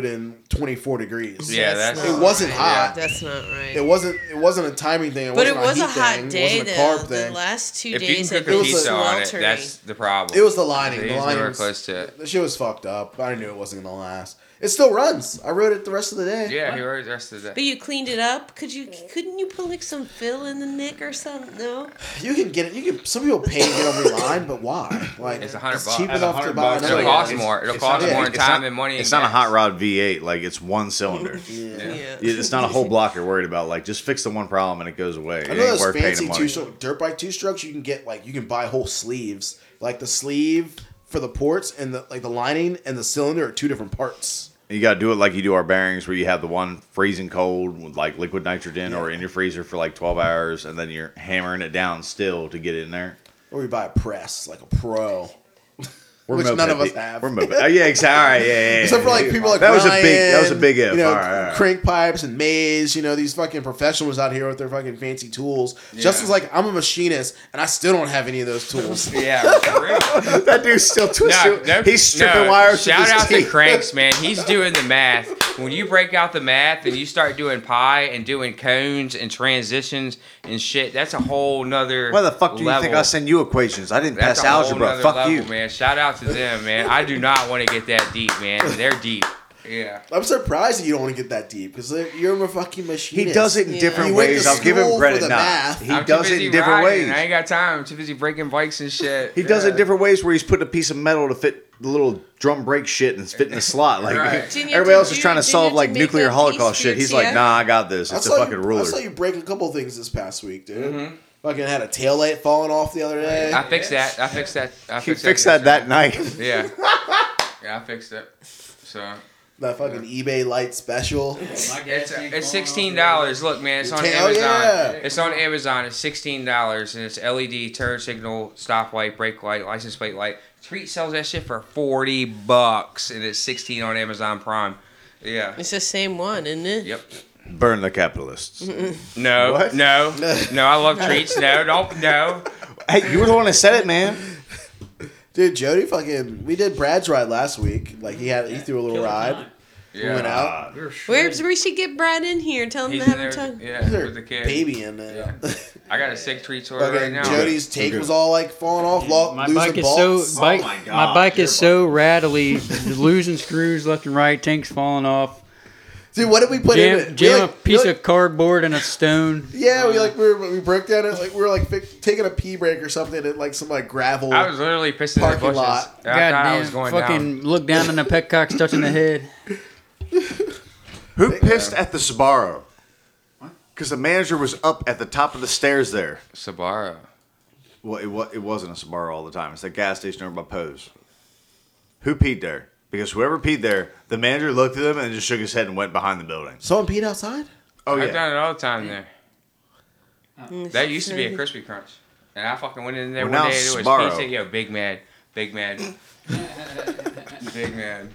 Speaker 2: 324 degrees.
Speaker 6: Yeah, that's-
Speaker 8: not
Speaker 2: It wasn't
Speaker 8: right.
Speaker 2: hot.
Speaker 8: That's not right.
Speaker 2: It wasn't. It wasn't a timing thing. It
Speaker 8: but it
Speaker 2: wasn't
Speaker 8: was a
Speaker 2: a, heat
Speaker 8: hot
Speaker 2: thing,
Speaker 8: day
Speaker 2: It wasn't a
Speaker 8: though.
Speaker 2: carb
Speaker 8: The
Speaker 2: thing.
Speaker 8: last two
Speaker 6: If you can
Speaker 8: days have
Speaker 6: cook
Speaker 8: been
Speaker 6: a
Speaker 2: was a-
Speaker 6: pizza on it,
Speaker 8: sweltering.
Speaker 6: that's the problem.
Speaker 2: It was the lining.
Speaker 6: He's
Speaker 2: The
Speaker 6: nowhere
Speaker 2: lining.
Speaker 6: close to it.
Speaker 2: The shit was fucked up. I knew it wasn't gonna last. It still runs. I rode it the rest of the day.
Speaker 6: Yeah, he wrote the rest of that.
Speaker 8: But you cleaned it up. Could you? Couldn't you put like some fill in the nick or something? No.
Speaker 2: You can get it. You can. Some people pay to get on the line, but why? Like
Speaker 6: It's a hundred bucks.
Speaker 2: cheap
Speaker 7: That's
Speaker 2: enough to
Speaker 7: 100
Speaker 2: buy.
Speaker 7: bucks.
Speaker 2: another
Speaker 6: It'll
Speaker 7: Like,
Speaker 2: one.
Speaker 6: cost
Speaker 7: it's-
Speaker 6: more. It'll
Speaker 7: it's
Speaker 6: cost
Speaker 2: not-
Speaker 6: more in
Speaker 7: It's
Speaker 6: time
Speaker 7: not-
Speaker 6: and money.
Speaker 7: It's
Speaker 6: and
Speaker 7: not a
Speaker 6: gas.
Speaker 7: hot rod V8. Like it's one cylinder.
Speaker 8: Yeah.
Speaker 7: Yeah, It's not a whole block you're worried about. Like just fix the one problem and it goes away. It
Speaker 2: I know
Speaker 7: ain't
Speaker 2: those
Speaker 7: worth paying the
Speaker 2: fancy two
Speaker 7: money.
Speaker 2: stroke dirt bike two strokes. You can get like you can buy whole sleeves. Like the sleeve for the ports and the like the lining and the cylinder are two different parts.
Speaker 7: You got to do it like you do our bearings, where you have the one freezing cold with like liquid nitrogen or in your freezer for like 12 hours, and then you're hammering it down still to get it in there.
Speaker 2: Or you buy a press like a pro. Which
Speaker 7: moped
Speaker 2: none of us
Speaker 7: pe-
Speaker 2: have.
Speaker 7: We're moped. Oh, yeah, exactly. All right, yeah, yeah, yeah.
Speaker 2: Except for like people like
Speaker 7: that was a big that was a
Speaker 2: Ryan,
Speaker 7: big if.
Speaker 2: You know,
Speaker 7: all right, all right.
Speaker 2: crank pipes and maze. You know, these fucking professionals out here with their fucking fancy tools. Just as like I'm a machinist and I still don't have any of those tools.
Speaker 6: Yeah, for real.
Speaker 7: that dude's still twisting.
Speaker 6: No, no,
Speaker 7: he's stripping
Speaker 6: no.
Speaker 7: wires. with
Speaker 6: Shout
Speaker 7: his
Speaker 6: out to
Speaker 7: teeth.
Speaker 6: Cranks, man. He's doing the math. When you break out the math and you start doing pie and doing cones and transitions and shit, that's a whole nother.
Speaker 7: Why the fuck do you think
Speaker 6: level.
Speaker 7: I send you equations? I didn't
Speaker 6: That's
Speaker 7: pass
Speaker 6: a whole
Speaker 7: algebra.
Speaker 6: nother
Speaker 7: Fuck
Speaker 6: level,
Speaker 7: you.
Speaker 6: man. Shout out to them, man. I do not want to get that deep, man. They're deep. Yeah.
Speaker 2: I'm surprised that you don't want to get that deep because you're a fucking
Speaker 7: He
Speaker 2: machinist.
Speaker 7: does it in
Speaker 8: Yeah.
Speaker 7: different
Speaker 2: He went to
Speaker 7: ways. I'll give him
Speaker 2: school
Speaker 7: credit.
Speaker 2: for the
Speaker 7: Nah,
Speaker 2: math.
Speaker 7: he
Speaker 6: I'm too
Speaker 7: does it
Speaker 6: busy
Speaker 7: in different
Speaker 6: riding.
Speaker 7: ways.
Speaker 6: I ain't got time. I'm too busy breaking bikes and shit.
Speaker 7: He does
Speaker 6: Yeah.
Speaker 7: it different ways where he's putting a piece of metal to fit the little drum brake shit and it's fitting the slot. Like
Speaker 6: Right.
Speaker 8: Junior,
Speaker 7: everybody else
Speaker 8: did
Speaker 7: is
Speaker 8: you-
Speaker 7: trying to
Speaker 8: did
Speaker 7: solve
Speaker 8: you
Speaker 7: like
Speaker 8: make
Speaker 7: nuclear
Speaker 8: that piece
Speaker 7: holocaust
Speaker 8: for your
Speaker 7: shit. He's like,
Speaker 8: TF?
Speaker 7: nah, I got this. It's a
Speaker 2: saw you-
Speaker 7: fucking ruler.
Speaker 2: I saw you break a couple things this past week, dude. Fucking had a tail light falling off the other day.
Speaker 6: Mm-hmm. I fixed that. I fixed that. I
Speaker 7: He
Speaker 6: fixed,
Speaker 7: fixed that that
Speaker 6: yesterday.
Speaker 7: night.
Speaker 6: Yeah. Yeah, I fixed it. So.
Speaker 2: that fucking eBay light special.
Speaker 6: It's, it's sixteen dollars. Look, man, it's on
Speaker 2: Hell
Speaker 6: Amazon.
Speaker 2: yeah.
Speaker 6: It's on Amazon. It's sixteen dollars, and it's LED turn signal, stop light, brake light, license plate light. Treat sells that shit for forty bucks, and it's sixteen on Amazon Prime. Yeah.
Speaker 8: It's the same one, isn't it?
Speaker 6: Yep.
Speaker 7: Burn the capitalists.
Speaker 6: No.
Speaker 7: What?
Speaker 6: No. No. I love treats. No. Don't. No.
Speaker 7: hey, you were the one that said it, man.
Speaker 2: Dude, Jody fucking we did Brad's ride last week. Like he had he threw a little
Speaker 1: Killer
Speaker 2: ride.
Speaker 1: time.
Speaker 2: We went
Speaker 6: Yeah.
Speaker 2: out.
Speaker 1: We were
Speaker 8: Where's
Speaker 1: shredded.
Speaker 8: we should get Brad in here and tell him
Speaker 6: He's
Speaker 8: to
Speaker 6: in
Speaker 8: have a
Speaker 6: there.
Speaker 8: tongue.
Speaker 6: Yeah.
Speaker 2: There's
Speaker 6: With the
Speaker 2: a
Speaker 6: kid.
Speaker 2: baby in there.
Speaker 6: I got a sick treats order right
Speaker 2: Fucking
Speaker 6: now.
Speaker 2: Jody's
Speaker 7: We're
Speaker 2: take
Speaker 7: good.
Speaker 2: was all like falling off, lo-
Speaker 1: My
Speaker 2: losing
Speaker 1: bike is
Speaker 2: bolts.
Speaker 1: so bike.
Speaker 7: Oh my
Speaker 1: my,
Speaker 7: God,
Speaker 1: bike
Speaker 7: your
Speaker 1: is so rattly, losing screws left and right. Tanks falling off.
Speaker 2: Dude, what did we put in it?
Speaker 1: Jam,
Speaker 2: We,
Speaker 1: jam a
Speaker 2: like-
Speaker 1: piece
Speaker 2: we,
Speaker 1: of cardboard and a stone.
Speaker 2: like- yeah, we like we, were, we broke down it like we were like fi- taking a pee break or something at like some like gravel.
Speaker 6: I was literally pissing in the
Speaker 2: Parking
Speaker 6: bushes.
Speaker 2: lot.
Speaker 6: I thought I was going down.
Speaker 1: fucking look down and the petcock's touching the head.
Speaker 7: Who pissed at the Subaru? Because the manager was up at the top of the stairs there.
Speaker 6: Sabaro.
Speaker 7: Well, it, wa- it wasn't a Subaru all the time. It's that gas station over by Pose. Who peed there? Because whoever peed there, the manager looked at them and just shook his head and went behind the building.
Speaker 2: Someone peed outside.
Speaker 7: Oh
Speaker 6: I've
Speaker 7: yeah,
Speaker 6: done it all the time there.
Speaker 8: Mm,
Speaker 6: That used to be a Krispy Crunch, and I fucking went in there
Speaker 7: Well, now
Speaker 6: one day. It was
Speaker 7: Sbarro.
Speaker 6: pizza. Yo, big man, big man, big man.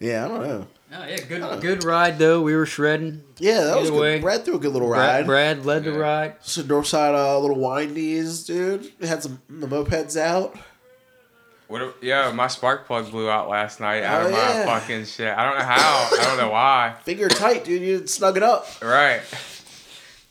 Speaker 2: Yeah, I don't know.
Speaker 1: Oh, yeah, good good ride though. We were shredding.
Speaker 2: Yeah, that was
Speaker 1: Either way.
Speaker 2: good. Brad threw a good little
Speaker 1: Brad,
Speaker 2: ride.
Speaker 1: Brad led the
Speaker 6: Yeah.
Speaker 1: ride.
Speaker 2: So Northside uh, little windies, dude. They had some the mopeds out.
Speaker 6: What? A, yo, my spark plug blew out last night out
Speaker 2: Oh,
Speaker 6: of my
Speaker 2: yeah.
Speaker 6: fucking shit. I don't know how. I don't know why.
Speaker 2: Finger tight, dude. You didn't snug it up.
Speaker 6: Right.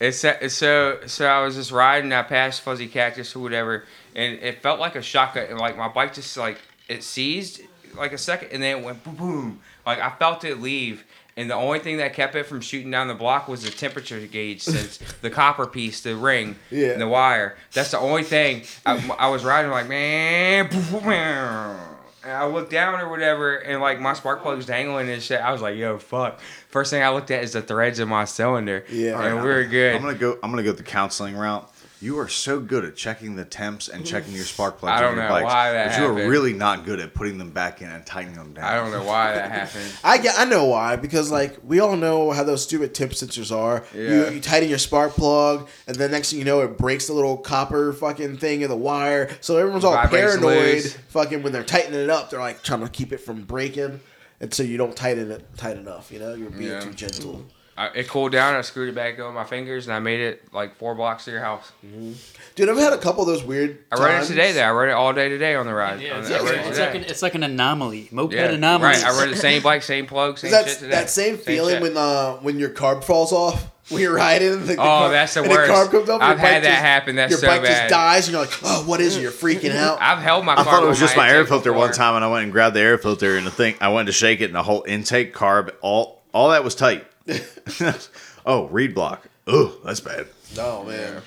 Speaker 6: It's so- it's so so. I was just riding. I passed Fuzzy Cactus or whatever, and it felt like a shotgun. And like my bike just like it seized like a second, and then it went boom, boom. Like I felt it leave, and the only thing that kept it from shooting down the block was the temperature gauge, since the copper piece, the ring,
Speaker 2: Yeah.
Speaker 6: and the wire. That's the only thing. I, I was riding like man. boom, boom, boom." And I looked down or whatever, and like my spark plug was dangling and shit. I was like, "Yo, fuck!" First thing I looked at is the threads in my cylinder.
Speaker 2: Yeah.
Speaker 6: and we were good.
Speaker 7: I'm gonna go. I'm gonna go the counseling route. You are so good at checking the temps and checking your spark plugs.
Speaker 6: I don't
Speaker 7: on your
Speaker 6: know
Speaker 7: bikes,
Speaker 6: why that
Speaker 7: but you are
Speaker 6: happened.
Speaker 7: really not good at putting them back in and tightening them down.
Speaker 6: I don't know why that happened.
Speaker 2: I get, I know why because like we all know how those stupid temp sensors are.
Speaker 6: Yeah.
Speaker 2: You, you tighten your spark plug, and then next thing you know, it breaks the little copper fucking thing in the wire. So everyone's all
Speaker 6: Vibrates
Speaker 2: paranoid.
Speaker 6: loose.
Speaker 2: Fucking when they're tightening it up, they're like trying to keep it from breaking, and so you don't tighten it tight enough. You know, you're being
Speaker 6: Yeah.
Speaker 2: too gentle.
Speaker 6: I, it cooled down. I screwed it back on my fingers, and I made it like four blocks to your house.
Speaker 2: Dude, I've had a couple of those weird.
Speaker 6: I read it
Speaker 2: times.
Speaker 6: today. Though I read it all day today on the ride.
Speaker 1: Yeah,
Speaker 6: on
Speaker 1: it's,
Speaker 6: the- I
Speaker 1: it's,
Speaker 6: read it
Speaker 1: it's
Speaker 6: today.
Speaker 1: like an, it's like an anomaly, moped
Speaker 6: Yeah,
Speaker 1: anomaly.
Speaker 6: right. I read the same bike, same plug, same
Speaker 2: That's
Speaker 6: shit today.
Speaker 2: that same feeling
Speaker 6: shit.
Speaker 2: when uh when your carb falls off when you're riding. and The, the
Speaker 6: Oh,
Speaker 2: carb,
Speaker 6: that's the
Speaker 2: and
Speaker 6: worst.
Speaker 2: The carb comes off,
Speaker 6: I've
Speaker 2: your bike
Speaker 6: had that
Speaker 2: just-
Speaker 6: happen. That's
Speaker 2: your
Speaker 6: so
Speaker 2: bike
Speaker 6: bad.
Speaker 2: just dies, and you're like, oh, what is it? You're freaking out.
Speaker 6: I've held my.
Speaker 7: I thought
Speaker 6: carb
Speaker 7: it was
Speaker 6: on
Speaker 7: just my air
Speaker 6: intake
Speaker 7: filter
Speaker 6: before.
Speaker 7: one time, and I went and grabbed the air filter, and the thing I went to shake it, and the whole intake carb, all all that was tight. oh, read block. Ooh, that's bad.
Speaker 2: oh man,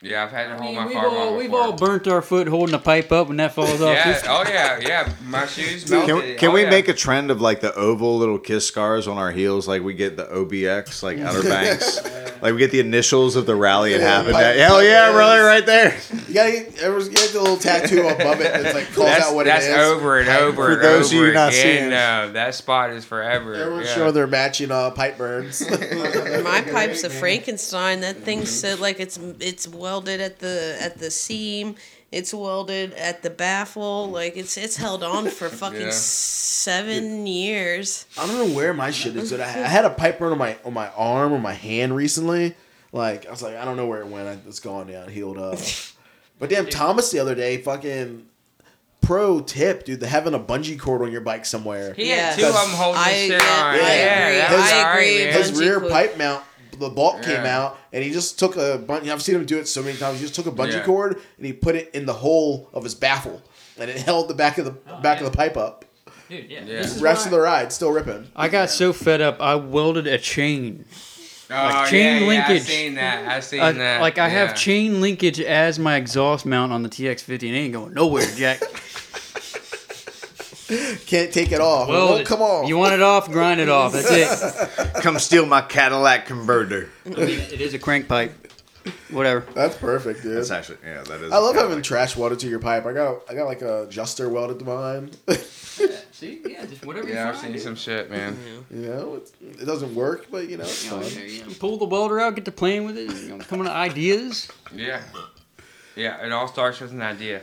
Speaker 6: Yeah, I've had to
Speaker 1: I
Speaker 6: hold
Speaker 1: mean,
Speaker 6: my
Speaker 1: we've
Speaker 6: carb on
Speaker 1: all we've
Speaker 6: before.
Speaker 1: all burnt our foot holding a pipe up when that falls off.
Speaker 6: Yeah.
Speaker 1: It's-
Speaker 6: Oh yeah. Yeah. My shoes melted.
Speaker 7: Can, can
Speaker 6: oh,
Speaker 7: we
Speaker 6: yeah.
Speaker 7: make a trend of like the oval little kiss scars on our heels, like we get the OBX, like Outer Banks, like we get the initials of the rally it
Speaker 2: Yeah,
Speaker 7: happened
Speaker 2: like-
Speaker 7: at? Hell yeah,
Speaker 2: like
Speaker 7: brother,
Speaker 2: this.
Speaker 7: right there.
Speaker 2: you gotta get everyone's get the little tattoo above it that's like calls
Speaker 6: That's,
Speaker 2: out what
Speaker 6: that's
Speaker 2: it is.
Speaker 6: over and over
Speaker 7: For
Speaker 6: and
Speaker 7: those of
Speaker 6: over
Speaker 7: you not
Speaker 6: again.
Speaker 7: seeing.
Speaker 6: No, that spot is forever.
Speaker 2: Everyone's
Speaker 6: yeah.
Speaker 2: showing their matching uh, pipe burns.
Speaker 8: My pipe's a Frankenstein. That
Speaker 2: Mm-hmm.
Speaker 8: thing's so like it's it's welded at the at the seam. It's welded at the baffle. Like it's it's held on for fucking
Speaker 6: Yeah.
Speaker 8: seven years.
Speaker 2: I don't know where my shit is. Dude. I, I had a pipe burn on my on my arm or my hand recently. Like I was like, I don't know where it went. I, it's gone now. It healed up. But damn, Thomas the other day, fucking pro tip, dude. The having a bungee cord on your bike somewhere.
Speaker 6: He had
Speaker 8: Yeah.
Speaker 6: two of them holding
Speaker 8: I-
Speaker 6: his shit on.
Speaker 8: yeah,
Speaker 2: I
Speaker 6: yeah,
Speaker 2: agree.
Speaker 6: that was
Speaker 2: I
Speaker 6: all
Speaker 8: agree.
Speaker 6: man.
Speaker 2: His
Speaker 8: Bungee
Speaker 2: rear
Speaker 8: cord.
Speaker 2: pipe mount, the bolt came
Speaker 6: Yeah.
Speaker 2: out, and he just took a bungee. I've seen him do it so many times. He just took a bungee
Speaker 6: Yeah.
Speaker 2: cord and he put it in the hole of his baffle, and it held the back of the back
Speaker 1: Oh, yeah.
Speaker 2: of the pipe up.
Speaker 1: Dude, yeah.
Speaker 6: Yeah.
Speaker 1: This is
Speaker 2: Rest
Speaker 1: why-
Speaker 2: of the ride still ripping.
Speaker 1: I got so fed up. I welded a chain.
Speaker 6: Oh,
Speaker 1: Like
Speaker 6: yeah,
Speaker 1: chain
Speaker 6: yeah,
Speaker 1: linkage.
Speaker 6: I've seen that. I've seen
Speaker 1: I-
Speaker 6: that.
Speaker 1: like I
Speaker 6: yeah.
Speaker 1: have chain linkage as my exhaust mount on the TX50, and it ain't going nowhere, Jack.
Speaker 2: Can't take it off. Well,
Speaker 1: Weld it.
Speaker 2: come on.
Speaker 1: You want it off? Grind it off. That's it.
Speaker 7: Come steal my Cadillac converter.
Speaker 1: I mean, it is a crank pipe. Whatever.
Speaker 2: That's perfect, dude.
Speaker 7: That's actually yeah, that is.
Speaker 2: I love having trash water to your pipe. I got I got like a adjuster welded to mine.
Speaker 1: See, yeah, just whatever
Speaker 6: Yeah, I've seen some shit, man.
Speaker 1: Mm-hmm.
Speaker 2: you know, it's, it doesn't work, but you know, it's fine.
Speaker 1: Pull the welder out, get to playing with it, you know, coming up with ideas.
Speaker 6: Yeah. Yeah, it all starts with an idea.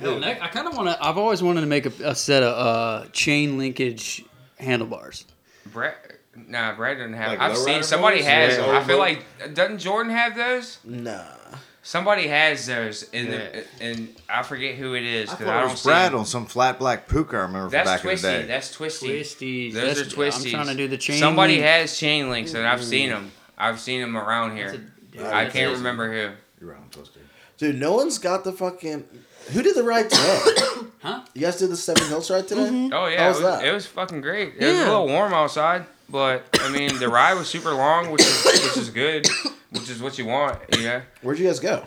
Speaker 1: Hell, neck, I kind of want to. I've always wanted to make a, a set of uh, chain linkage handlebars.
Speaker 6: Brett, nah, Brett doesn't have.
Speaker 7: Like
Speaker 6: I've
Speaker 7: low
Speaker 6: seen
Speaker 7: rider
Speaker 6: somebody
Speaker 7: boats?
Speaker 6: has.
Speaker 7: Yeah.
Speaker 6: them. I feel like doesn't Jordan have those?
Speaker 2: Nah.
Speaker 6: Somebody has those in the and I forget who it is because I,
Speaker 7: I
Speaker 6: don't
Speaker 7: was
Speaker 6: see.
Speaker 7: Brad
Speaker 6: them.
Speaker 7: on some flat black puka. I remember from
Speaker 6: That's
Speaker 7: back
Speaker 6: twisty.
Speaker 7: in the day.
Speaker 6: That's twisty.
Speaker 1: Twisties.
Speaker 6: Those
Speaker 1: That's-
Speaker 6: are twisties.
Speaker 1: I'm trying to do the chain.
Speaker 6: Somebody
Speaker 1: link.
Speaker 6: has chain links and I've seen them. I've seen them around here.
Speaker 1: Dude,
Speaker 6: I I
Speaker 1: that's
Speaker 6: can't
Speaker 1: it.
Speaker 6: remember who.
Speaker 7: You're right, I'm twisted.
Speaker 2: Dude, no one's got the fucking. Who did the ride today?
Speaker 1: Huh?
Speaker 2: You guys did the Seven Hills ride today?
Speaker 8: Mm-hmm.
Speaker 6: Oh yeah,
Speaker 2: How
Speaker 6: it
Speaker 2: was
Speaker 6: was,
Speaker 2: that?
Speaker 6: it was fucking great. It was a
Speaker 8: Yeah.
Speaker 6: little warm outside, but I mean the ride was super long, which is which is good, which is what you want. Yeah,
Speaker 2: Where'd you guys go?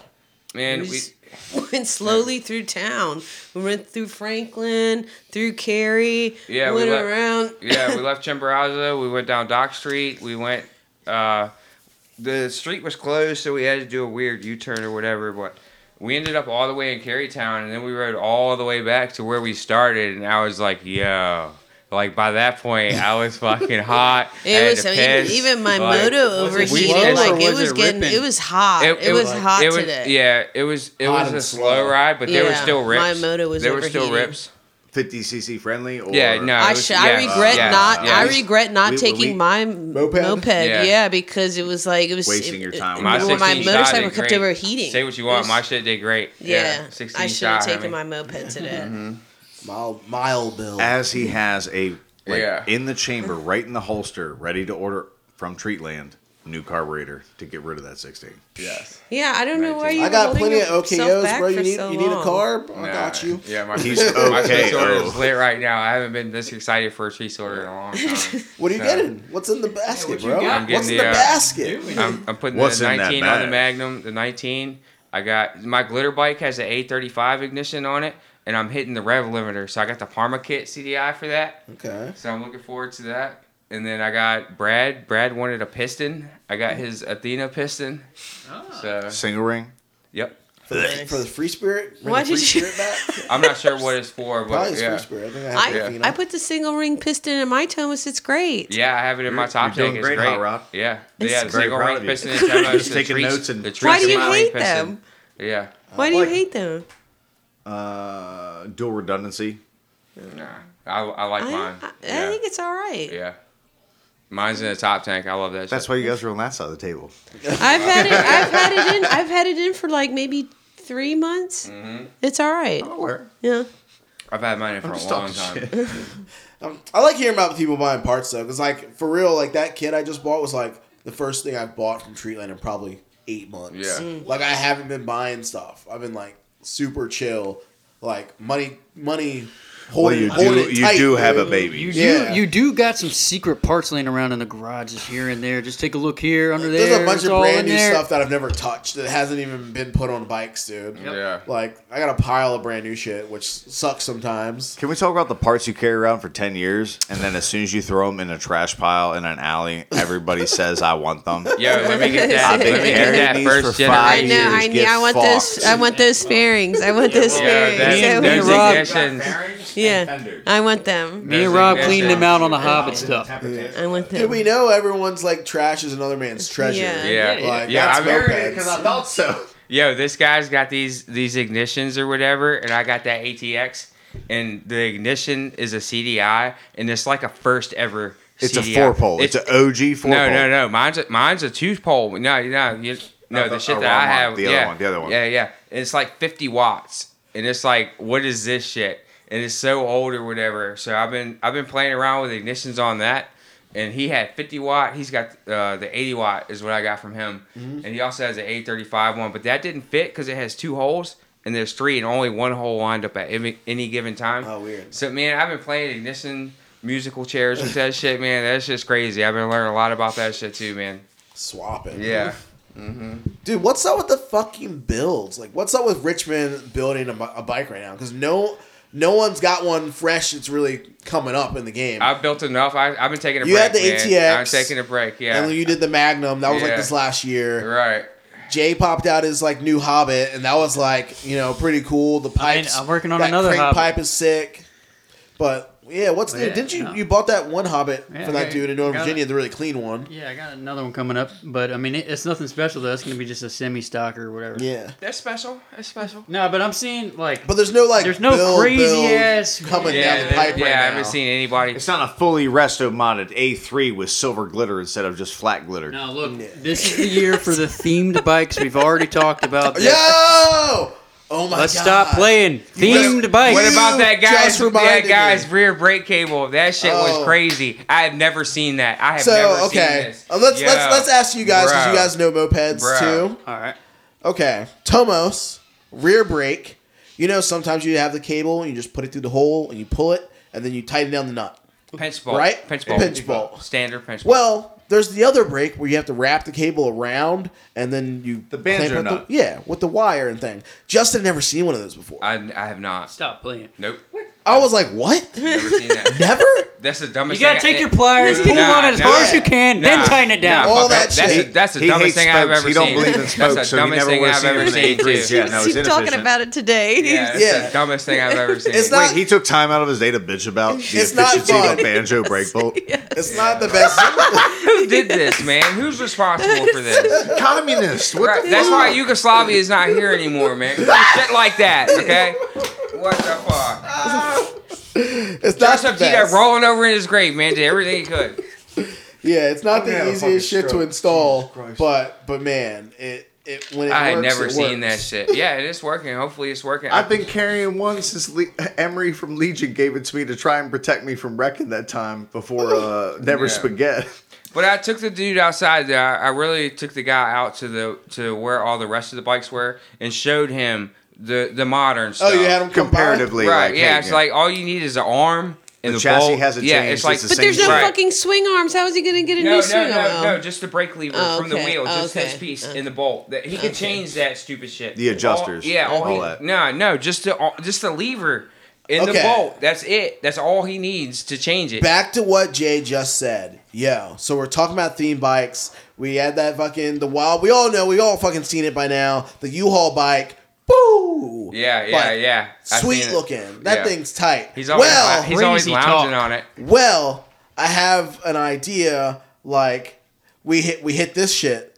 Speaker 6: man.
Speaker 8: We
Speaker 6: We,
Speaker 8: s- Went slowly through town. We went through Franklin, through Cary.
Speaker 6: Yeah, we
Speaker 8: went
Speaker 6: let-
Speaker 8: around.
Speaker 6: yeah, we left Chimborazo. We went down Dock Street. We went. Uh, the street was closed, so we had to do a weird U-turn or whatever. But we ended up all the way in Carytown, and then we rode all the way back to where we started. And I was like, yo. Like by that point, I was fucking hot. I
Speaker 8: It
Speaker 6: had
Speaker 8: was
Speaker 6: to
Speaker 8: even,
Speaker 6: piss.
Speaker 8: even my
Speaker 6: Like,
Speaker 8: moto
Speaker 1: was it
Speaker 6: slow or
Speaker 8: overheated. Like it
Speaker 1: was
Speaker 8: was
Speaker 1: it
Speaker 8: getting,
Speaker 1: ripping?
Speaker 8: it was hot. It, was hot
Speaker 6: it was,
Speaker 8: today.
Speaker 6: Yeah, it was it
Speaker 2: Hot
Speaker 6: was
Speaker 2: and
Speaker 6: a
Speaker 2: slow.
Speaker 6: slow ride, but there were
Speaker 8: Yeah,
Speaker 6: still rips.
Speaker 8: my motor was
Speaker 6: there were still
Speaker 8: overheating.
Speaker 6: rips.
Speaker 7: 50 cc friendly or
Speaker 6: Yeah, no. it
Speaker 8: I,
Speaker 6: was-
Speaker 8: sh- I
Speaker 6: yeah,
Speaker 8: regret
Speaker 6: yeah,
Speaker 8: not.
Speaker 6: yeah.
Speaker 8: I regret not
Speaker 7: We- we-
Speaker 8: taking my moped. Moped,
Speaker 6: Yeah.
Speaker 8: yeah. because it was like it was
Speaker 7: Wasting your time.
Speaker 8: My,
Speaker 7: My
Speaker 8: my
Speaker 6: 16 shot
Speaker 8: motorcycle
Speaker 6: did
Speaker 8: kept
Speaker 6: great.
Speaker 8: overheating.
Speaker 6: Say what you
Speaker 8: It
Speaker 6: want.
Speaker 8: was-
Speaker 6: My shit did great.
Speaker 8: yeah, I
Speaker 6: 16
Speaker 8: should have
Speaker 6: shot, Mm-hmm.
Speaker 8: taken
Speaker 6: homie.
Speaker 8: my moped today.
Speaker 2: Mild, mile bill.
Speaker 7: as he has a like,
Speaker 6: Yeah.
Speaker 7: in the chamber, right in the holster, ready to order from Treatland, new carburetor to get rid of that 16.
Speaker 6: Yes.
Speaker 8: Yeah, I don't know why you.
Speaker 2: I
Speaker 8: were
Speaker 2: got
Speaker 8: holding
Speaker 2: plenty of
Speaker 8: yourself
Speaker 2: OKOs,
Speaker 8: back
Speaker 2: bro. You
Speaker 8: for
Speaker 2: need
Speaker 8: so
Speaker 2: you need a
Speaker 8: long.
Speaker 2: carb? Oh, I got you.
Speaker 6: Yeah, my
Speaker 7: He's
Speaker 6: sweet- my
Speaker 7: okay,
Speaker 6: sweet order
Speaker 7: oh.
Speaker 6: is lit right now. I haven't been this excited for a tree order in a long time.
Speaker 2: What are you
Speaker 6: Yeah.
Speaker 2: getting? What's in the basket,
Speaker 1: you
Speaker 2: bro?
Speaker 1: got? I'm
Speaker 6: getting
Speaker 2: What's in
Speaker 6: the,
Speaker 2: the
Speaker 6: uh,
Speaker 2: basket?
Speaker 6: I'm, I'm putting
Speaker 7: What's
Speaker 6: the
Speaker 7: in that
Speaker 6: 19 on the
Speaker 7: bag?
Speaker 6: Magnum. The 19. I got my glitter bike has an A35 ignition on it, and I'm hitting the rev limiter. So I got the Parma Kit CDI for that.
Speaker 2: Okay.
Speaker 6: So I'm looking forward to that. And then I got Brad. Brad wanted a piston. I got his Athena piston. So
Speaker 7: Single ring.
Speaker 6: yep.
Speaker 2: For the, for the free spirit? Bring
Speaker 8: Why
Speaker 2: the free
Speaker 8: did you-
Speaker 2: spirit back?
Speaker 6: I'm not sure what it's for,
Speaker 2: Probably
Speaker 6: but
Speaker 2: it's
Speaker 6: yeah.
Speaker 2: free spirit. I think I have
Speaker 8: I,
Speaker 2: to, you know.
Speaker 8: I put the single ring piston in my Thomas. It's great.
Speaker 6: Yeah, I have it in my
Speaker 7: You're-
Speaker 6: top
Speaker 7: you're
Speaker 6: tank.
Speaker 7: doing
Speaker 6: It's
Speaker 7: great,
Speaker 6: great.
Speaker 7: Hot Rod.
Speaker 6: Yeah.
Speaker 8: It's-
Speaker 6: yeah,
Speaker 8: I'm
Speaker 6: the
Speaker 7: very
Speaker 6: single
Speaker 7: proud
Speaker 6: ring
Speaker 7: of you.
Speaker 6: piston and demo,
Speaker 7: Just
Speaker 6: the
Speaker 7: taking
Speaker 6: trees-
Speaker 7: notes and-
Speaker 6: the trees
Speaker 8: Why do you
Speaker 6: single ring
Speaker 8: hate
Speaker 6: piston.
Speaker 8: them?
Speaker 6: Yeah.
Speaker 8: Why do you
Speaker 7: like-
Speaker 8: hate them?
Speaker 7: Uh, dual redundancy.
Speaker 6: Nah. I, I like
Speaker 8: I,
Speaker 6: mine.
Speaker 8: I, I
Speaker 6: yeah.
Speaker 8: think it's all right.
Speaker 6: yeah. Mine's in the top tank. I love that.
Speaker 7: That's
Speaker 6: shit.
Speaker 7: why you guys are on that side of the table.
Speaker 8: I've had it. I've had it in. I've had it in for like maybe three months.
Speaker 6: Mm-hmm.
Speaker 8: It's all right. Yeah.
Speaker 6: I've had mine in for a
Speaker 7: Just
Speaker 6: long
Speaker 7: talking
Speaker 6: time.
Speaker 7: shit.
Speaker 2: Um, I like hearing about people buying parts though, because like for real, like that kid I just bought was like the first thing I bought from Treatland in probably eight months.
Speaker 6: Yeah. Mm.
Speaker 2: Like I haven't been buying stuff. I've been like super chill, like money, money.
Speaker 7: Well,
Speaker 2: Holding,
Speaker 7: you
Speaker 2: holding
Speaker 7: do.
Speaker 2: it
Speaker 7: You
Speaker 2: tight,
Speaker 7: do have a
Speaker 2: dude.
Speaker 7: baby.
Speaker 1: You do,
Speaker 2: Yeah.
Speaker 1: you do got some secret parts laying around in the garage, just here and there. Just take a look here, under there.
Speaker 2: There's a bunch
Speaker 1: it's
Speaker 2: of
Speaker 1: all
Speaker 2: brand
Speaker 1: in
Speaker 2: new
Speaker 1: there.
Speaker 2: stuff that I've never touched that hasn't even been put on bikes, dude.
Speaker 6: Yeah.
Speaker 2: Like I got a pile of brand new shit, which sucks sometimes.
Speaker 7: Can we talk about the parts you carry around for 10 years and then as soon as you throw them in a trash pile in an alley, everybody says, I want them?
Speaker 6: Yo, let me get that.
Speaker 7: I've been
Speaker 6: Let me get
Speaker 7: carrying
Speaker 6: that
Speaker 7: these
Speaker 6: first
Speaker 7: for five
Speaker 8: I
Speaker 6: generation.
Speaker 8: know.
Speaker 7: years.
Speaker 8: I need.
Speaker 7: Get
Speaker 8: I want those.
Speaker 7: fucked.
Speaker 8: I want those fairings. I want those
Speaker 6: Yeah,
Speaker 8: fairings.
Speaker 6: that,
Speaker 8: Yeah,
Speaker 1: we
Speaker 6: those
Speaker 1: robbed-
Speaker 6: ignitions.
Speaker 8: yeah. Uh, I want them.
Speaker 1: Me and
Speaker 6: There's
Speaker 1: Rob
Speaker 6: ignition.
Speaker 1: cleaned them out on the Hobbit stuff.
Speaker 8: I want
Speaker 2: Dude,
Speaker 8: them.
Speaker 2: we know everyone's like trash is another man's treasure.
Speaker 8: Yeah.
Speaker 6: Yeah,
Speaker 2: Like,
Speaker 6: yeah.
Speaker 2: that's
Speaker 6: I remember
Speaker 2: mopeds.
Speaker 7: thought so.
Speaker 6: yo, this guy's got these these ignitions or whatever, and I got that ATX, and the ignition is a CDI, and it's like a first ever.
Speaker 7: It's
Speaker 6: CDI.
Speaker 7: a four pole. It's, an OG four
Speaker 6: no,
Speaker 7: pole.
Speaker 6: no, no. Mine's a, mine's a two pole. No, no, you, no.
Speaker 7: No,
Speaker 6: The
Speaker 7: the-
Speaker 6: shit
Speaker 7: oh,
Speaker 6: that
Speaker 7: wrong
Speaker 6: I
Speaker 7: one.
Speaker 6: have.
Speaker 7: The other
Speaker 6: yeah,
Speaker 7: one, the other one.
Speaker 6: Yeah, yeah. And it's like 50 watts, and it's like, what is this shit? And it's so old or whatever. So I've been I've been playing around with ignitions on that, and he had 50 watt. He's got uh, the 80 watt is what I got from him,
Speaker 2: Mm-hmm.
Speaker 6: and he also has an 835 one, but that didn't fit because it has two holes. And there's three, and only one hole lined up at any, any given time.
Speaker 2: Oh, weird.
Speaker 6: So man, I've been playing ignition musical chairs with that shit, man. That's just crazy. I've been learning a lot about that shit too, man.
Speaker 2: Swap it.
Speaker 6: Yeah.
Speaker 2: Dude, what's up with the fucking builds? Like, what's up with Richmond building a, bi- a bike right now? Because no, no one's got one fresh that's really coming up in the game.
Speaker 6: I've built enough. I, I've been taking a
Speaker 2: You
Speaker 6: break.
Speaker 2: had the
Speaker 6: man.
Speaker 2: ATX,
Speaker 6: I'm taking a break.
Speaker 2: And
Speaker 6: Yeah.
Speaker 2: when you did the Magnum, that was like
Speaker 6: Yeah.
Speaker 2: this last year.
Speaker 6: right.
Speaker 2: Jay popped out his like new Hobbit, and that was like you know pretty cool. The
Speaker 1: I mean,
Speaker 2: pipes.
Speaker 1: I'm working on
Speaker 2: that
Speaker 1: another
Speaker 2: crank
Speaker 1: Hobbit.
Speaker 2: pipe is sick. But yeah, what's new?
Speaker 1: Yeah,
Speaker 2: Didn't you
Speaker 1: no.
Speaker 2: you bought that one Hobbit
Speaker 1: Yeah,
Speaker 2: for that
Speaker 1: I
Speaker 2: dude in Northern
Speaker 1: got
Speaker 2: Virginia,
Speaker 1: it.
Speaker 2: the really clean one?
Speaker 1: Yeah, I got another one coming up, but I mean, it, it's nothing special though. It's gonna be just a semi stock or whatever.
Speaker 2: Yeah.
Speaker 6: That's special. That's special.
Speaker 1: No, but I'm seeing like
Speaker 2: But there's no like
Speaker 1: There's no crazy ass-
Speaker 2: coming
Speaker 6: Yeah.
Speaker 2: down the pipe
Speaker 6: yeah.
Speaker 2: right now.
Speaker 6: I haven't seen anybody.
Speaker 7: It's not a fully resto modded A3 with silver glitter instead of just flat glitter.
Speaker 1: Now look, this is the year for the themed bikes. We've already talked about this.
Speaker 2: Yo! Oh my
Speaker 1: Let's
Speaker 2: god.
Speaker 1: stop playing themed
Speaker 2: What-
Speaker 1: bikes.
Speaker 6: What
Speaker 2: You
Speaker 6: about that guy's
Speaker 2: just reminded
Speaker 6: that guy's
Speaker 2: me.
Speaker 6: rear brake cable? That shit
Speaker 2: Oh.
Speaker 6: was crazy. I have never seen that. I have never
Speaker 2: So
Speaker 6: seen
Speaker 2: okay,
Speaker 6: this.
Speaker 2: Uh, let's
Speaker 6: Yo,
Speaker 2: let's let's ask you guys because you
Speaker 6: bro.
Speaker 2: guys know mopeds
Speaker 6: Bro.
Speaker 2: too.
Speaker 1: All right.
Speaker 2: Okay, Tomos rear brake. You know sometimes you have the cable and you just put it through the hole and you pull it and then you tighten down the nut.
Speaker 6: pinch bolt,
Speaker 2: Right?
Speaker 6: Pinch bolt,
Speaker 2: Pinch bolt.
Speaker 6: standard pinch bolt.
Speaker 2: Well, there's the other brake where you have to wrap the cable around and then you
Speaker 7: The banjo
Speaker 2: clamp it
Speaker 7: nut.
Speaker 2: The, yeah, with the wire and thing. Justin never seen one of those before. I,
Speaker 6: I, I have not.
Speaker 1: Stop playing.
Speaker 6: Nope.
Speaker 2: was like, what?
Speaker 6: Never seen that.
Speaker 2: Never?
Speaker 6: That's the dumbest.
Speaker 1: You gotta
Speaker 6: thing
Speaker 1: take
Speaker 6: I-
Speaker 1: your pliers,
Speaker 6: Nah,
Speaker 1: pull them on as
Speaker 6: nah,
Speaker 1: hard as you can, then
Speaker 6: nah,
Speaker 1: tighten it down.
Speaker 6: nah,
Speaker 2: All
Speaker 6: fuck
Speaker 2: that
Speaker 6: That's,
Speaker 2: shit.
Speaker 6: the- that's the
Speaker 7: He
Speaker 6: dumbest
Speaker 7: hates
Speaker 6: thing I've
Speaker 7: spokes.
Speaker 6: ever
Speaker 7: He
Speaker 6: seen.
Speaker 7: don't believe in spokes,
Speaker 6: That's the
Speaker 7: so he
Speaker 6: dumbest
Speaker 7: never
Speaker 6: thing
Speaker 7: would've
Speaker 6: I've
Speaker 7: seen it
Speaker 6: ever
Speaker 7: in the
Speaker 6: seen.
Speaker 7: 8 threes.
Speaker 6: too.
Speaker 7: Yeah, no, it's
Speaker 8: Keep talking
Speaker 7: inefficient.
Speaker 8: about it today.
Speaker 6: Yeah, that's
Speaker 2: Yeah.
Speaker 6: the dumbest thing I've ever seen.
Speaker 2: It's not-
Speaker 7: Wait, he took time out of his day to bitch about the
Speaker 2: It's not
Speaker 7: efficiency of
Speaker 2: fun.
Speaker 7: a banjo brake bolt.
Speaker 2: It's not the best.
Speaker 6: Who did this, man? Who's responsible for this?
Speaker 7: Communist. What
Speaker 6: Right,
Speaker 7: the
Speaker 6: That's
Speaker 7: fuck?
Speaker 6: why Yugoslavia is not here anymore, man. Shit like that, okay? What the fuck?
Speaker 2: It's not the
Speaker 6: Joseph Tito
Speaker 2: best.
Speaker 6: rolling over in his grave, man. Did everything he could.
Speaker 2: Yeah, it's not
Speaker 7: gonna have
Speaker 2: the
Speaker 7: a
Speaker 2: easiest
Speaker 7: fucking
Speaker 2: shit to
Speaker 7: stroke.
Speaker 2: install,
Speaker 7: Christ.
Speaker 2: but but man, it it when it
Speaker 6: I had
Speaker 2: works,
Speaker 6: never
Speaker 2: it
Speaker 6: seen that
Speaker 2: works.
Speaker 6: shit. Yeah, it is working. Hopefully, it's working.
Speaker 7: I've been carrying one since Le- Emery from Legion gave it to me to try and protect me from wrecking that time before uh, Never
Speaker 6: Yeah.
Speaker 7: Spaghetti.
Speaker 6: But I took the dude outside there. I I really took the guy out to the to where all the rest of the bikes were and showed him the the modern
Speaker 2: Oh,
Speaker 6: stuff.
Speaker 2: you had them
Speaker 7: Comparatively,
Speaker 6: right?
Speaker 7: like,
Speaker 6: yeah,
Speaker 7: hey,
Speaker 6: it's like all you need is an arm and
Speaker 7: The
Speaker 6: the
Speaker 7: chassis
Speaker 6: bolt.
Speaker 7: hasn't
Speaker 6: yeah,
Speaker 7: changed,
Speaker 6: It's like
Speaker 7: it's the
Speaker 8: But there's
Speaker 7: Same
Speaker 8: no
Speaker 7: shit.
Speaker 8: fucking swing arms. How is he gonna get a
Speaker 6: no,
Speaker 8: new
Speaker 6: no,
Speaker 8: swing
Speaker 6: no,
Speaker 8: arm?
Speaker 6: no, just the brake lever
Speaker 8: Oh,
Speaker 6: from the
Speaker 8: okay,
Speaker 6: wheel, just his
Speaker 8: okay,
Speaker 6: piece
Speaker 8: okay.
Speaker 6: in the bolt. That he could
Speaker 8: Okay.
Speaker 6: change that stupid shit.
Speaker 7: The adjusters,
Speaker 6: All, yeah, all,
Speaker 7: all
Speaker 6: he,
Speaker 7: that.
Speaker 6: No, no, just the all- just the lever in the
Speaker 2: Okay.
Speaker 6: bolt. That's it. That's all he needs to change it.
Speaker 2: Back to what Jay just said. Yo, so we're talking about theme bikes. We had that fucking the wild. We all know. We all fucking seen it by now. The U-Haul bike. Boo.
Speaker 6: yeah, yeah,
Speaker 2: But
Speaker 6: yeah. I've
Speaker 2: Sweet
Speaker 6: seen it.
Speaker 2: looking. That
Speaker 6: Yeah.
Speaker 2: thing's tight.
Speaker 6: He's always
Speaker 2: well,
Speaker 6: he's always
Speaker 1: crazy
Speaker 6: lounging
Speaker 1: talk.
Speaker 6: on it.
Speaker 2: well, I have an idea. Like we hit we hit this shit.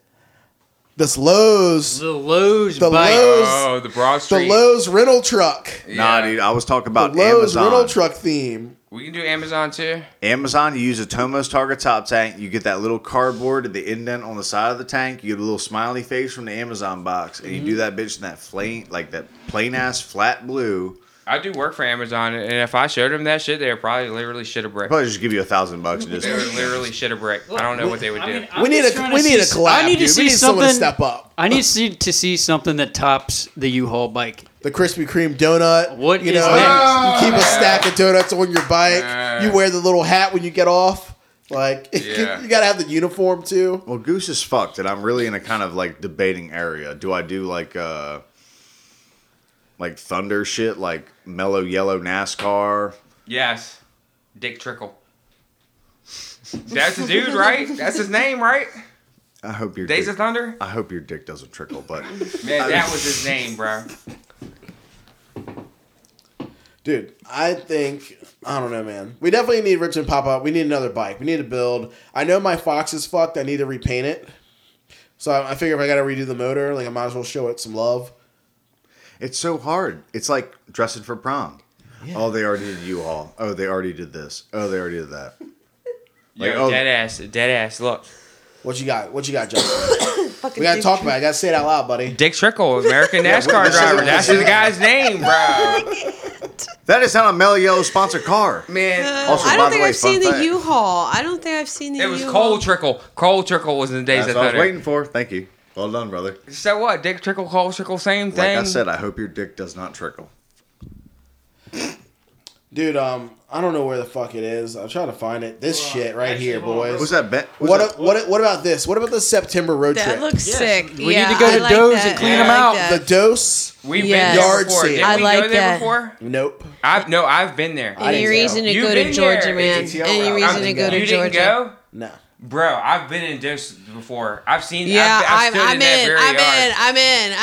Speaker 2: This Lowe's,
Speaker 1: The Lowe's
Speaker 2: The
Speaker 1: bike.
Speaker 2: Lowe's-
Speaker 6: Oh, the Broad
Speaker 2: the
Speaker 6: Street.
Speaker 2: Lowe's rental truck,
Speaker 7: Nah,
Speaker 6: Yeah.
Speaker 7: dude. I was talking
Speaker 2: the
Speaker 7: about
Speaker 2: Lowe's
Speaker 7: Amazon.
Speaker 2: rental truck theme.
Speaker 6: We can do Amazon too.
Speaker 7: Amazon, you use a Tomos Target top tank. You get that little cardboard at the indent on the side of the tank. You get a little smiley face from the Amazon box, and
Speaker 6: Mm-hmm.
Speaker 7: you do that bitch in that plain, like that plain ass flat blue.
Speaker 6: I do work for Amazon, and if I showed them that shit, they would probably literally shit a brick.
Speaker 7: Probably just give you a thousand bucks and
Speaker 6: They would
Speaker 7: just.
Speaker 6: literally shit a brick. I don't know what they would
Speaker 1: I
Speaker 6: do.
Speaker 1: mean, I'm
Speaker 2: we need
Speaker 1: just
Speaker 2: a
Speaker 1: trying
Speaker 2: we
Speaker 1: to
Speaker 2: need a
Speaker 1: see-
Speaker 2: collab.
Speaker 1: I need to
Speaker 2: dude.
Speaker 1: see
Speaker 2: we need
Speaker 1: something.
Speaker 2: someone to step up.
Speaker 1: I need to see, to see something that tops the U-Haul bike.
Speaker 2: The Krispy Kreme donut.
Speaker 1: What
Speaker 2: you
Speaker 1: is
Speaker 2: know?
Speaker 1: next?
Speaker 2: You keep a stack of donuts on your bike.
Speaker 6: Yeah.
Speaker 2: You wear the little hat when you get off. Like
Speaker 6: Yeah.
Speaker 2: you gotta have the uniform too.
Speaker 7: Well, Goose is fucked, and I'm really in a kind of like debating area. Do I do like uh, like thunder shit, like mellow yellow NASCAR?
Speaker 6: Yes, Dick Trickle. That's the dude, right? That's his name, right?
Speaker 7: I hope your
Speaker 6: Days
Speaker 7: dick,
Speaker 6: of Thunder.
Speaker 7: I hope your dick doesn't trickle, but
Speaker 6: Man, that was his name, bro.
Speaker 2: Dude, I think I don't know, man. We definitely need Rich and Pop up. We need another bike. We need to build. I know my Fox is fucked. I need to repaint it. So I, I figure if I gotta redo the motor, like I might as well show it some love.
Speaker 7: It's so hard. It's like dressing for prom. Oh, they already did U-Haul. Oh, they already did this. Oh, they already did that. Like,
Speaker 6: Yo,
Speaker 7: oh-
Speaker 6: dead ass, dead ass. Look,
Speaker 2: What you got? What you got, Justin?
Speaker 8: Fucking
Speaker 2: we gotta
Speaker 8: dick
Speaker 2: talk about. it. I gotta say it out loud, buddy.
Speaker 6: Dick Trickle, American NASCAR
Speaker 7: what-
Speaker 6: driver. That's the guy's name, bro.
Speaker 7: That is not a Mel Yellow sponsored car.
Speaker 6: Man,
Speaker 7: Also,
Speaker 8: Uh, I
Speaker 7: by
Speaker 8: don't
Speaker 7: the
Speaker 8: think
Speaker 7: way,
Speaker 8: I've seen
Speaker 7: fun
Speaker 8: the
Speaker 7: fact.
Speaker 8: U-Haul. I don't think I've seen the
Speaker 6: it was
Speaker 8: U-Haul.
Speaker 6: Cole Trickle. Cole Trickle was in the Days of
Speaker 7: That's what I was
Speaker 6: Thunder.
Speaker 7: waiting for. Thank you. Well done, brother.
Speaker 6: So what? Dick Trickle, Cole Trickle, same
Speaker 7: Like
Speaker 6: thing.
Speaker 7: I said, I hope your dick does not trickle.
Speaker 2: Dude, um, I don't know where the fuck it is. I'm trying to find it. This shit right here, boys.
Speaker 7: What's that bet?
Speaker 2: What, a- what a- what about this? What about the September road
Speaker 8: That
Speaker 2: trip?
Speaker 8: looks sick.
Speaker 1: We
Speaker 8: yeah,
Speaker 1: need to go
Speaker 8: I
Speaker 1: to
Speaker 8: like
Speaker 1: Doe's
Speaker 8: that.
Speaker 1: and clean
Speaker 8: I
Speaker 1: 'em
Speaker 8: like
Speaker 1: out.
Speaker 2: the
Speaker 8: that.
Speaker 2: dose?
Speaker 6: We've been
Speaker 8: Yes.
Speaker 6: there
Speaker 2: Yard
Speaker 6: before.
Speaker 2: sale.
Speaker 6: Didn't
Speaker 8: I
Speaker 6: we go
Speaker 8: like
Speaker 6: there
Speaker 8: that.
Speaker 6: before?
Speaker 2: Nope.
Speaker 6: I've no, I've been there.
Speaker 2: I
Speaker 8: Any
Speaker 2: didn't
Speaker 8: reason
Speaker 2: go.
Speaker 8: to
Speaker 6: You've
Speaker 8: go
Speaker 6: been
Speaker 8: to Georgia,
Speaker 6: there.
Speaker 8: man.
Speaker 7: ATL
Speaker 8: Any
Speaker 7: route.
Speaker 8: reason to
Speaker 2: I'm-
Speaker 8: go to
Speaker 6: you didn't
Speaker 8: Georgia.
Speaker 6: go,
Speaker 2: No.
Speaker 6: bro. I've been in Dose before. I've seen.
Speaker 8: Yeah,
Speaker 6: I've, I've
Speaker 8: I'm,
Speaker 6: stood
Speaker 8: I'm
Speaker 6: in. That
Speaker 8: in.
Speaker 6: very
Speaker 8: I'm
Speaker 6: yard.
Speaker 8: in. I'm in.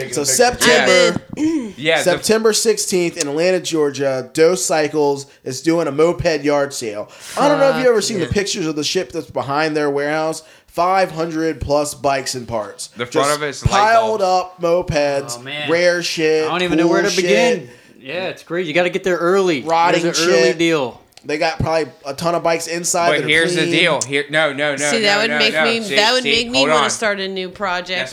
Speaker 8: I'm in.
Speaker 2: So September
Speaker 8: I'm
Speaker 6: Yeah, the-
Speaker 2: September 16th in Atlanta, Georgia, Dose Cycles is doing a moped yard sale. I don't know if you've ever seen the pictures of the ship that's behind their warehouse. 500 plus bikes and parts.
Speaker 6: The front of it's light
Speaker 2: piled
Speaker 6: bulbs.
Speaker 2: up mopeds,
Speaker 1: Oh, man.
Speaker 2: rare shit.
Speaker 1: I don't even know
Speaker 2: cool
Speaker 1: where to
Speaker 2: shit.
Speaker 1: begin. Yeah, it's crazy. You got to get there early.
Speaker 2: Rotting
Speaker 1: There's an
Speaker 2: shit.
Speaker 1: early deal.
Speaker 2: They got probably a ton of bikes inside.
Speaker 6: But
Speaker 2: that are
Speaker 6: here's the
Speaker 2: clean.
Speaker 6: deal. Here, no, no, no.
Speaker 8: See,
Speaker 6: no,
Speaker 8: that would
Speaker 6: no,
Speaker 8: make
Speaker 6: no.
Speaker 8: me.
Speaker 6: See,
Speaker 8: that would
Speaker 6: see,
Speaker 8: make me
Speaker 6: hold
Speaker 8: want
Speaker 6: on.
Speaker 8: to start a new project.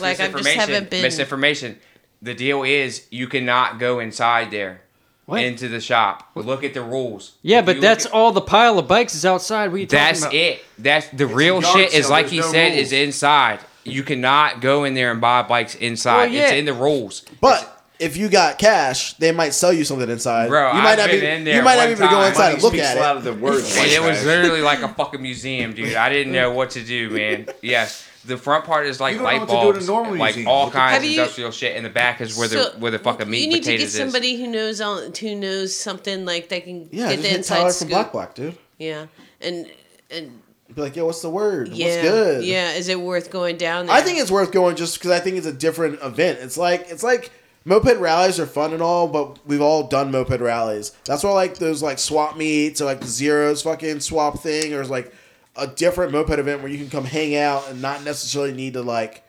Speaker 6: That's
Speaker 8: Like I just
Speaker 6: misinformation.
Speaker 8: haven't been.
Speaker 6: Misinformation. The deal is you cannot go inside there,
Speaker 1: What?
Speaker 6: into the shop. Look at the rules.
Speaker 1: Yeah,
Speaker 6: If
Speaker 1: but
Speaker 6: you look
Speaker 1: that's
Speaker 6: at-
Speaker 1: all the pile of bikes is outside. What are you talking
Speaker 6: That's
Speaker 1: about?
Speaker 6: it. That's the real
Speaker 7: yard
Speaker 6: shit. Is
Speaker 7: sale.
Speaker 6: like
Speaker 7: There's
Speaker 6: he
Speaker 7: no
Speaker 6: said,
Speaker 7: rules.
Speaker 6: is inside. You cannot go in there and buy bikes inside.
Speaker 1: Well, yeah.
Speaker 6: It's in the rules.
Speaker 2: But if you got cash, they might sell you something inside.
Speaker 6: Bro,
Speaker 2: you might
Speaker 6: I've
Speaker 2: not
Speaker 6: been
Speaker 2: be,
Speaker 6: in there
Speaker 2: You might not
Speaker 6: one
Speaker 2: be able to go
Speaker 6: time.
Speaker 2: inside and look at it.
Speaker 7: the words.
Speaker 6: And it was literally like a fucking museum, dude. I didn't know what to do, man. Yes. The front part is like
Speaker 7: You don't know
Speaker 6: light
Speaker 7: what to do at a
Speaker 6: bulbs,
Speaker 7: normal
Speaker 6: like
Speaker 7: museum.
Speaker 6: all
Speaker 7: Look at
Speaker 6: kinds
Speaker 8: Have
Speaker 6: of
Speaker 8: you-
Speaker 6: industrial shit, and the back is where the
Speaker 8: So,
Speaker 6: where the fucking meat
Speaker 8: You
Speaker 6: and
Speaker 8: need to get
Speaker 6: potatoes is.
Speaker 8: somebody who knows all, who knows something like they can
Speaker 2: Yeah,
Speaker 8: get
Speaker 2: just
Speaker 8: the
Speaker 2: hit
Speaker 8: inside
Speaker 2: Tyler from
Speaker 8: scoop.
Speaker 2: Black Block, dude.
Speaker 8: Yeah, and and
Speaker 2: Be like, yo, what's the word?
Speaker 8: yeah,
Speaker 2: What's good?
Speaker 8: yeah. Is it worth going down there?
Speaker 2: I think it's worth going just because I think it's a different event. It's like it's like moped rallies are fun and all, but we've all done moped rallies. That's why I like those like swap meets or like the zeros fucking swap thing or like a different moped event where you can come hang out and not necessarily need to like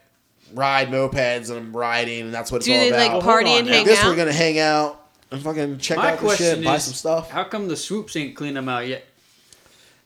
Speaker 2: ride mopeds and riding and that's what it's
Speaker 8: Do
Speaker 2: all
Speaker 8: they
Speaker 2: about.
Speaker 8: like party
Speaker 1: on
Speaker 8: and
Speaker 1: now.
Speaker 8: hang
Speaker 2: this
Speaker 8: out?
Speaker 2: we're gonna hang out and fucking check
Speaker 1: My
Speaker 2: out the shit,
Speaker 1: question
Speaker 2: buy
Speaker 1: is,
Speaker 2: some stuff.
Speaker 1: how come the swoops ain't cleaned them out yet?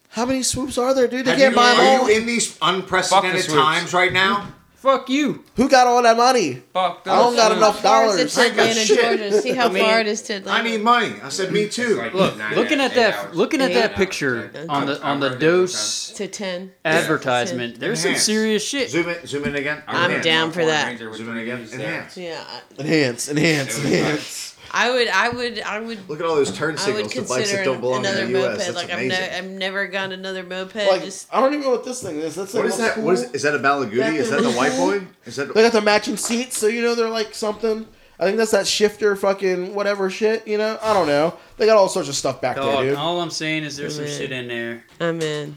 Speaker 2: How many swoops are there, dude? They
Speaker 1: Have
Speaker 2: can't
Speaker 1: you-
Speaker 2: buy them all.
Speaker 1: are
Speaker 9: in these unprecedented
Speaker 6: Fuck the swoops.
Speaker 9: right now?
Speaker 1: Fuck you.
Speaker 2: Who got all that money?
Speaker 6: Fuck
Speaker 2: I don't got
Speaker 6: those
Speaker 2: enough
Speaker 8: How far is it
Speaker 2: dollars.
Speaker 8: to Atlanta,
Speaker 9: shit.
Speaker 8: Georgia? See how
Speaker 1: mean,
Speaker 8: far it is to Atlanta.
Speaker 9: I need money. I said, me too.
Speaker 1: Look, looking at that, looking at that picture on the on the dose
Speaker 8: to ten.
Speaker 1: advertisement. There's some
Speaker 9: Enhance.
Speaker 1: serious shit.
Speaker 9: Zoom in, zoom in again.
Speaker 8: I'm
Speaker 9: Enhance.
Speaker 8: down for that.
Speaker 9: Zoom in again. Enhance.
Speaker 8: Yeah, I-
Speaker 2: Enhance, enhance, enhance.
Speaker 8: I would, I would, I would.
Speaker 9: Look at all those turn
Speaker 8: I would
Speaker 9: signals to bikes
Speaker 8: consider
Speaker 9: that don't belong in
Speaker 8: another
Speaker 9: the U.S.
Speaker 8: moped.
Speaker 9: That's
Speaker 8: like I've,
Speaker 9: amazing.
Speaker 8: ne- I've never got another moped.
Speaker 2: Like
Speaker 8: Just
Speaker 2: I don't even know what this thing is. That's
Speaker 7: What
Speaker 2: like
Speaker 7: is
Speaker 2: a
Speaker 7: that?
Speaker 2: cool-
Speaker 7: What is, is that a Balagudi? Is that the white boy? Is
Speaker 2: They
Speaker 7: that?
Speaker 2: got the matching seats, so you know they're like something. I think that's that shifter fucking whatever shit. You know, I don't know. They got all sorts of stuff back
Speaker 1: Dog,
Speaker 2: there, dude.
Speaker 1: all I'm saying is there's some
Speaker 8: Man.
Speaker 1: shit in there.
Speaker 8: I'm in.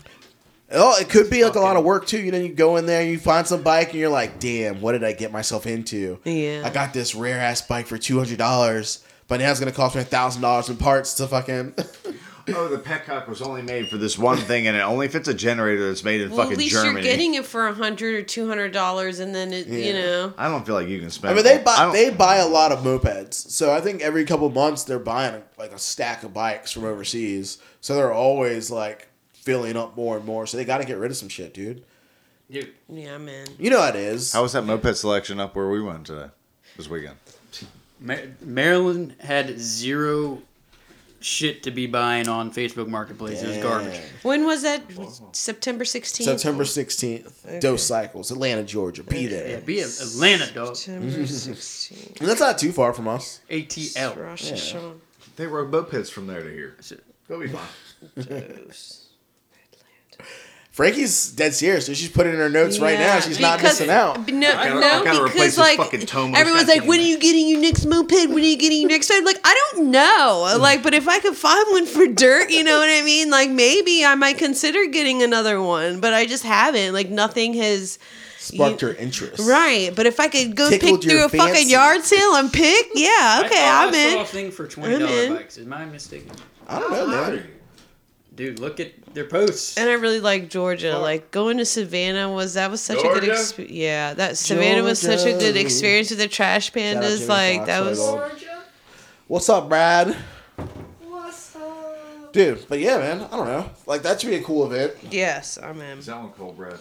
Speaker 2: Oh, it could be like a lot of work too. You know, you go in there, you find some bike, and you're like, damn, what did I get myself into?
Speaker 8: Yeah.
Speaker 2: I got this rare ass bike for two hundred dollars, but now it's gonna cost me a thousand dollars in parts to fucking.
Speaker 7: oh, the petcock was only made for this one thing, and it only fits a generator that's made in
Speaker 8: Well,
Speaker 7: fucking
Speaker 8: at least
Speaker 7: Germany.
Speaker 8: you're getting it for a hundred or two hundred dollars, and then it, you know,
Speaker 7: I don't feel like you can spend.
Speaker 2: I mean, they
Speaker 7: I
Speaker 2: buy
Speaker 7: don't-
Speaker 2: they buy a lot of mopeds, so I think every couple months they're buying like a stack of bikes from overseas. So they're always like filling up more and more. So they got to get rid of some shit, dude.
Speaker 1: Dude,
Speaker 8: yeah, man.
Speaker 2: You know how it is.
Speaker 7: How was that moped selection up where we went today, this weekend?
Speaker 1: Ma- Maryland had zero shit to be buying on Facebook Marketplace. It was garbage.
Speaker 8: When was that? September sixteenth.
Speaker 2: September sixteenth, Dose Cycles, Atlanta, Georgia. Be
Speaker 1: Yeah,
Speaker 2: there.
Speaker 1: be a- Atlanta, dog.
Speaker 8: September sixteenth.
Speaker 2: And that's not too far from us.
Speaker 1: ATL.
Speaker 8: Rosh Hashanah.
Speaker 7: They rode mopeds from there to here. Go be fine.
Speaker 2: Frankie's dead serious. So she's putting in her notes right now.
Speaker 8: Yeah,
Speaker 2: She's not
Speaker 8: because-
Speaker 2: missing out.
Speaker 8: No,
Speaker 9: gotta-
Speaker 8: no,
Speaker 9: I gotta replace
Speaker 8: because
Speaker 9: this
Speaker 8: like
Speaker 9: fucking tome.
Speaker 8: everyone's like, "When are you getting your next moped? When are you getting your next?" I'm like, I don't know. Like, but if I could find one for dirt, you know what I mean? Like, maybe I might consider getting another one, but I just haven't. Like, nothing has.
Speaker 2: Sparked her interest.
Speaker 8: Right, but if I could go
Speaker 2: Tickled
Speaker 8: pick through
Speaker 2: your
Speaker 8: a fucking
Speaker 2: fancy.
Speaker 8: yard sale and pick, yeah, okay,
Speaker 1: I
Speaker 8: I'm
Speaker 1: thought I saw
Speaker 8: in.
Speaker 1: a thing for twenty dollar
Speaker 8: in.
Speaker 1: bikes. Is my mistake?
Speaker 2: I don't know, man.
Speaker 1: Dude, look at their posts.
Speaker 8: And I really like Georgia. Like going to Savannah was that was such a good
Speaker 7: Georgia?
Speaker 8: experience. Yeah, that Savannah was such a good
Speaker 2: Georgia.
Speaker 8: experience with the trash
Speaker 2: Shout out Jimmy
Speaker 8: pandas. Like
Speaker 2: Fox,
Speaker 8: that
Speaker 2: my
Speaker 8: was.
Speaker 2: dog. What's up, Brad? What's up? Dude, but yeah, man, I don't know. Like that should be a cool event.
Speaker 8: Yes, I'm in.
Speaker 9: That one cold bread.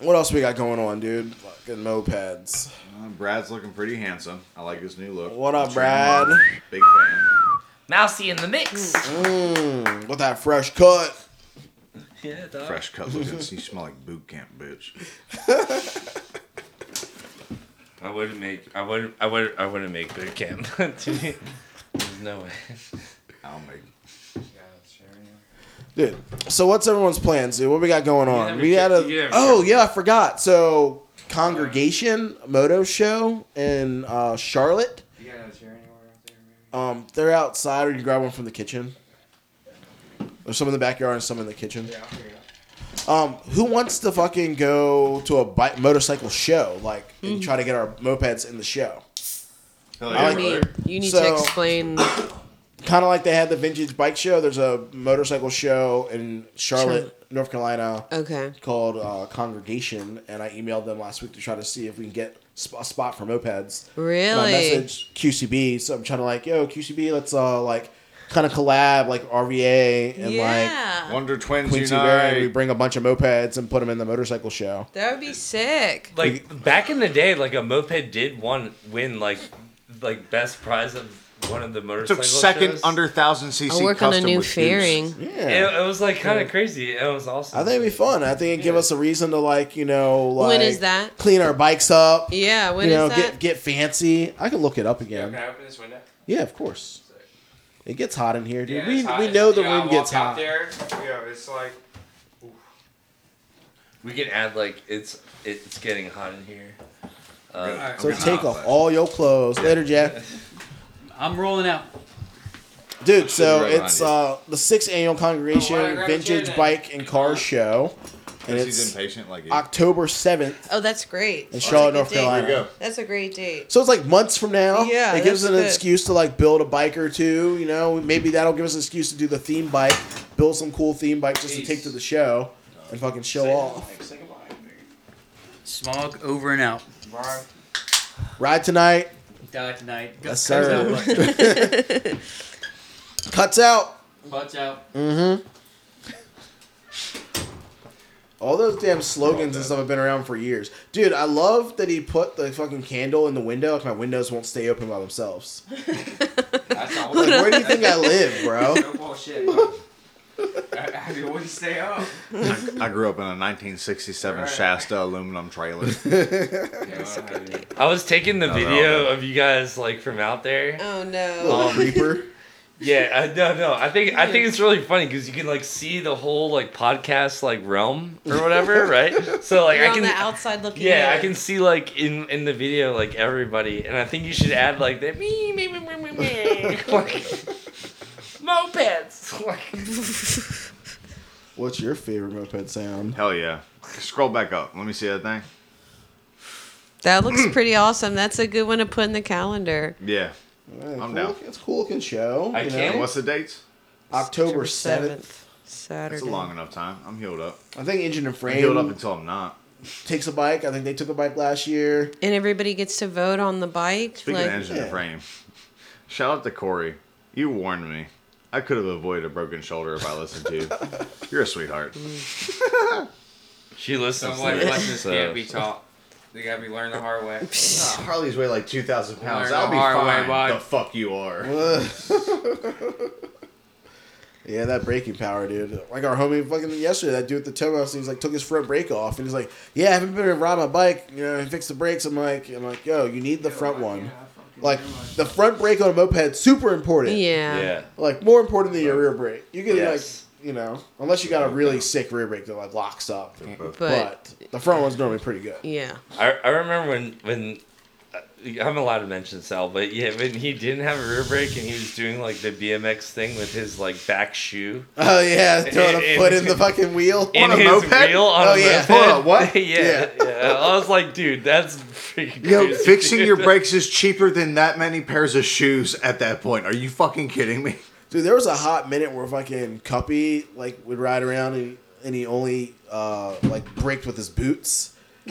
Speaker 2: What else we got going on, dude? Fucking mopeds.
Speaker 7: Uh, Brad's looking pretty handsome. I like his new look.
Speaker 2: What up,
Speaker 7: Trim.
Speaker 2: Brad?
Speaker 7: Big fan.
Speaker 6: Mousy in the mix.
Speaker 2: Mmm, with that fresh cut.
Speaker 1: yeah, dog.
Speaker 7: Fresh cut looking. You smell like boot camp, bitch.
Speaker 6: I wouldn't make. I wouldn't. I would. I wouldn't make boot camp to me. There's no way.
Speaker 7: I'll make.
Speaker 2: Dude, so what's everyone's plans, dude? What we got going on?
Speaker 6: haven't
Speaker 2: we had
Speaker 6: kicked-
Speaker 2: a
Speaker 6: you haven't
Speaker 2: oh
Speaker 6: kicked-
Speaker 2: yeah, I forgot. So congregation moto show in uh, Charlotte.
Speaker 6: Uh, You got a chair anywhere out there?
Speaker 2: Um, they're outside, or you can grab one from the kitchen. There's some in the backyard and some in the kitchen. Um, who wants to fucking go to a bike motorcycle show, like, and try to get our mopeds in the show? I like-
Speaker 8: You need, you need to
Speaker 2: So-
Speaker 8: explain.
Speaker 2: Kind of like they had the vintage bike show. There's a motorcycle show in Charlotte, North Carolina,
Speaker 8: Okay.
Speaker 2: called uh, Congregation, and I emailed them last week to try to see if we can get sp- a spot for mopeds. And I
Speaker 8: Really?
Speaker 2: messaged QCB, so I'm trying to like, yo, QCB, let's uh like kind of collab like RVA and like
Speaker 8: Yeah.
Speaker 7: Wonder Twins
Speaker 2: Quincy Bear, and we
Speaker 7: Unite.
Speaker 2: bring a bunch of mopeds and put them in the motorcycle show.
Speaker 8: that would be sick.
Speaker 10: Like back in the day, like a moped did one win like like best prize of one of the motorcycle
Speaker 7: Took second
Speaker 10: shows.
Speaker 7: under thousand cc.
Speaker 8: I'll work on a
Speaker 7: custom
Speaker 8: new
Speaker 7: with Deuce.
Speaker 8: fairing.
Speaker 2: Yeah.
Speaker 10: It, it was like kind of crazy. It was awesome.
Speaker 2: I think it'd be fun. I think it'd give us a reason to like, you know, like
Speaker 8: When is that?
Speaker 2: Clean our bikes up.
Speaker 8: Yeah, When
Speaker 2: you
Speaker 8: is
Speaker 2: know,
Speaker 8: that?
Speaker 2: get get fancy. I can look it up again.
Speaker 6: Can I open this window?
Speaker 2: Yeah, of course. It gets hot in here, dude.
Speaker 6: Yeah,
Speaker 2: we
Speaker 6: it's hot.
Speaker 2: we know the
Speaker 6: You know, I
Speaker 2: room
Speaker 6: walk
Speaker 2: gets
Speaker 6: out
Speaker 2: hot.
Speaker 6: There, yeah, it's like
Speaker 10: we can add like it's it's getting hot in here. Uh,
Speaker 2: So take off all your clothes. Later, Jack.
Speaker 1: I'm rolling out.
Speaker 2: Dude, so
Speaker 7: right behind
Speaker 2: it's
Speaker 7: you.
Speaker 2: uh, the sixth annual Congregation
Speaker 6: Oh, why did I grab a chair
Speaker 2: Vintage
Speaker 6: then?
Speaker 2: Bike and Car Show, and
Speaker 7: Because he's
Speaker 2: it's
Speaker 7: impatient like you.
Speaker 2: October seventh
Speaker 8: oh, that's great.
Speaker 2: in
Speaker 8: That's a
Speaker 2: Charlotte,
Speaker 8: good
Speaker 2: North
Speaker 8: date.
Speaker 2: Carolina.
Speaker 7: There you go.
Speaker 8: That's a great date.
Speaker 2: So it's like months from now.
Speaker 8: Yeah,
Speaker 2: it gives us
Speaker 8: that's
Speaker 2: an
Speaker 8: good.
Speaker 2: excuse to like build a bike or two. You know, maybe that'll give us an excuse to do the theme bike, build some cool theme bike just to take to the show and fucking show off.
Speaker 1: Smog over and out.
Speaker 2: Ride tonight,
Speaker 1: Die tonight. Go-
Speaker 2: Yes,
Speaker 1: cuts
Speaker 2: sir.
Speaker 1: out, bud.
Speaker 2: cuts out.
Speaker 1: Butts out.
Speaker 2: All those damn slogans and stuff have been around for years, dude. I love that he put the fucking candle in the window. Like my windows won't stay open by themselves.
Speaker 6: that's not
Speaker 2: Like, where do you think I live, bro?
Speaker 6: no bullshit. bro. I, I wouldn't stay up.
Speaker 7: I grew up in a 1967
Speaker 6: Right.
Speaker 7: Shasta aluminum trailer.
Speaker 6: That's a good date.
Speaker 10: I was taking the
Speaker 7: No, they're all
Speaker 10: video of you guys like from out there.
Speaker 8: Oh no.
Speaker 2: Little creeper.
Speaker 10: Yeah, I, no, no. I think I think it's really funny because you can like see the whole like podcast like realm or whatever, right? So like
Speaker 8: You're
Speaker 10: I
Speaker 8: on
Speaker 10: can
Speaker 8: the outside looking.
Speaker 10: yeah,
Speaker 8: in.
Speaker 10: I can see like in in the video like everybody, and I think you should add like that me me me me me me like mopeds. Like,
Speaker 2: What's your favorite moped sound?
Speaker 7: Hell yeah. Scroll back up. Let me see that thing.
Speaker 8: That looks pretty awesome. That's a good one to put in the calendar.
Speaker 7: Yeah.
Speaker 2: Alright, Eh,
Speaker 7: I'm
Speaker 2: cool
Speaker 7: down.
Speaker 2: looking- It's a cool looking show.
Speaker 10: I
Speaker 2: you know.
Speaker 10: can't-
Speaker 7: What's the dates?
Speaker 2: October seventh.
Speaker 8: Saturday.
Speaker 7: It's a long enough time. I'm healed up.
Speaker 2: I think Engine and
Speaker 7: I'm healed up
Speaker 2: Frame
Speaker 7: until I'm not.
Speaker 2: takes a bike. I think they took a bike last year.
Speaker 8: And everybody gets to vote on the bike.
Speaker 7: Speaking
Speaker 8: like,
Speaker 7: of engine
Speaker 2: yeah.
Speaker 7: and frame, shout out to Corey. You warned me. I could have avoided a broken shoulder if I listened to you. You're a sweetheart.
Speaker 10: She listens.
Speaker 6: Someone
Speaker 10: to
Speaker 6: lessons
Speaker 10: so-
Speaker 6: can't be taught. They gotta be learned the hard way.
Speaker 7: Ah, Harley's weigh like 2,000 pounds.
Speaker 6: Learn
Speaker 7: I'll
Speaker 6: the
Speaker 7: be
Speaker 6: hard way,
Speaker 7: fine.
Speaker 6: bud.
Speaker 7: the fuck you are.
Speaker 2: Yeah, that braking power, dude. Like our homie fucking yesterday, that dude at the tow house, he's like took his front brake off, and he's like, "Yeah, I haven't been able to ride my bike, you know, and fix the brakes." I'm like, I'm like, yo, you need the front one. Like the front brake on a moped, super important.
Speaker 8: yeah.
Speaker 10: Yeah.
Speaker 2: Like more important than your rear brake. You can
Speaker 10: Yes.
Speaker 2: like, you know, unless you got a really sick rear brake that like locks up.
Speaker 8: But,
Speaker 2: But the front one's normally pretty good.
Speaker 8: yeah.
Speaker 10: I, I remember when when uh, I'm allowed to mention Sal, but yeah, when he didn't have a rear brake and he was doing like the BMX thing with his like back shoe
Speaker 2: Oh yeah, throwing
Speaker 10: It-
Speaker 2: a
Speaker 10: it-
Speaker 2: foot in the fucking wheel.
Speaker 10: in
Speaker 7: a
Speaker 10: his
Speaker 7: moped?
Speaker 10: wheel on
Speaker 2: Oh,
Speaker 10: a
Speaker 2: yeah.
Speaker 10: moped.
Speaker 7: Hold on, what?
Speaker 10: yeah,
Speaker 2: Yeah.
Speaker 10: yeah, I was like, dude, that's freaking
Speaker 7: Yo,
Speaker 10: crazy,
Speaker 7: fixing
Speaker 10: dude.
Speaker 7: your brakes is cheaper than that many pairs of shoes at that point. Are you fucking kidding me?
Speaker 2: Dude, there was a hot minute where fucking Cuppy like would ride around and, and he only uh like braked with his boots.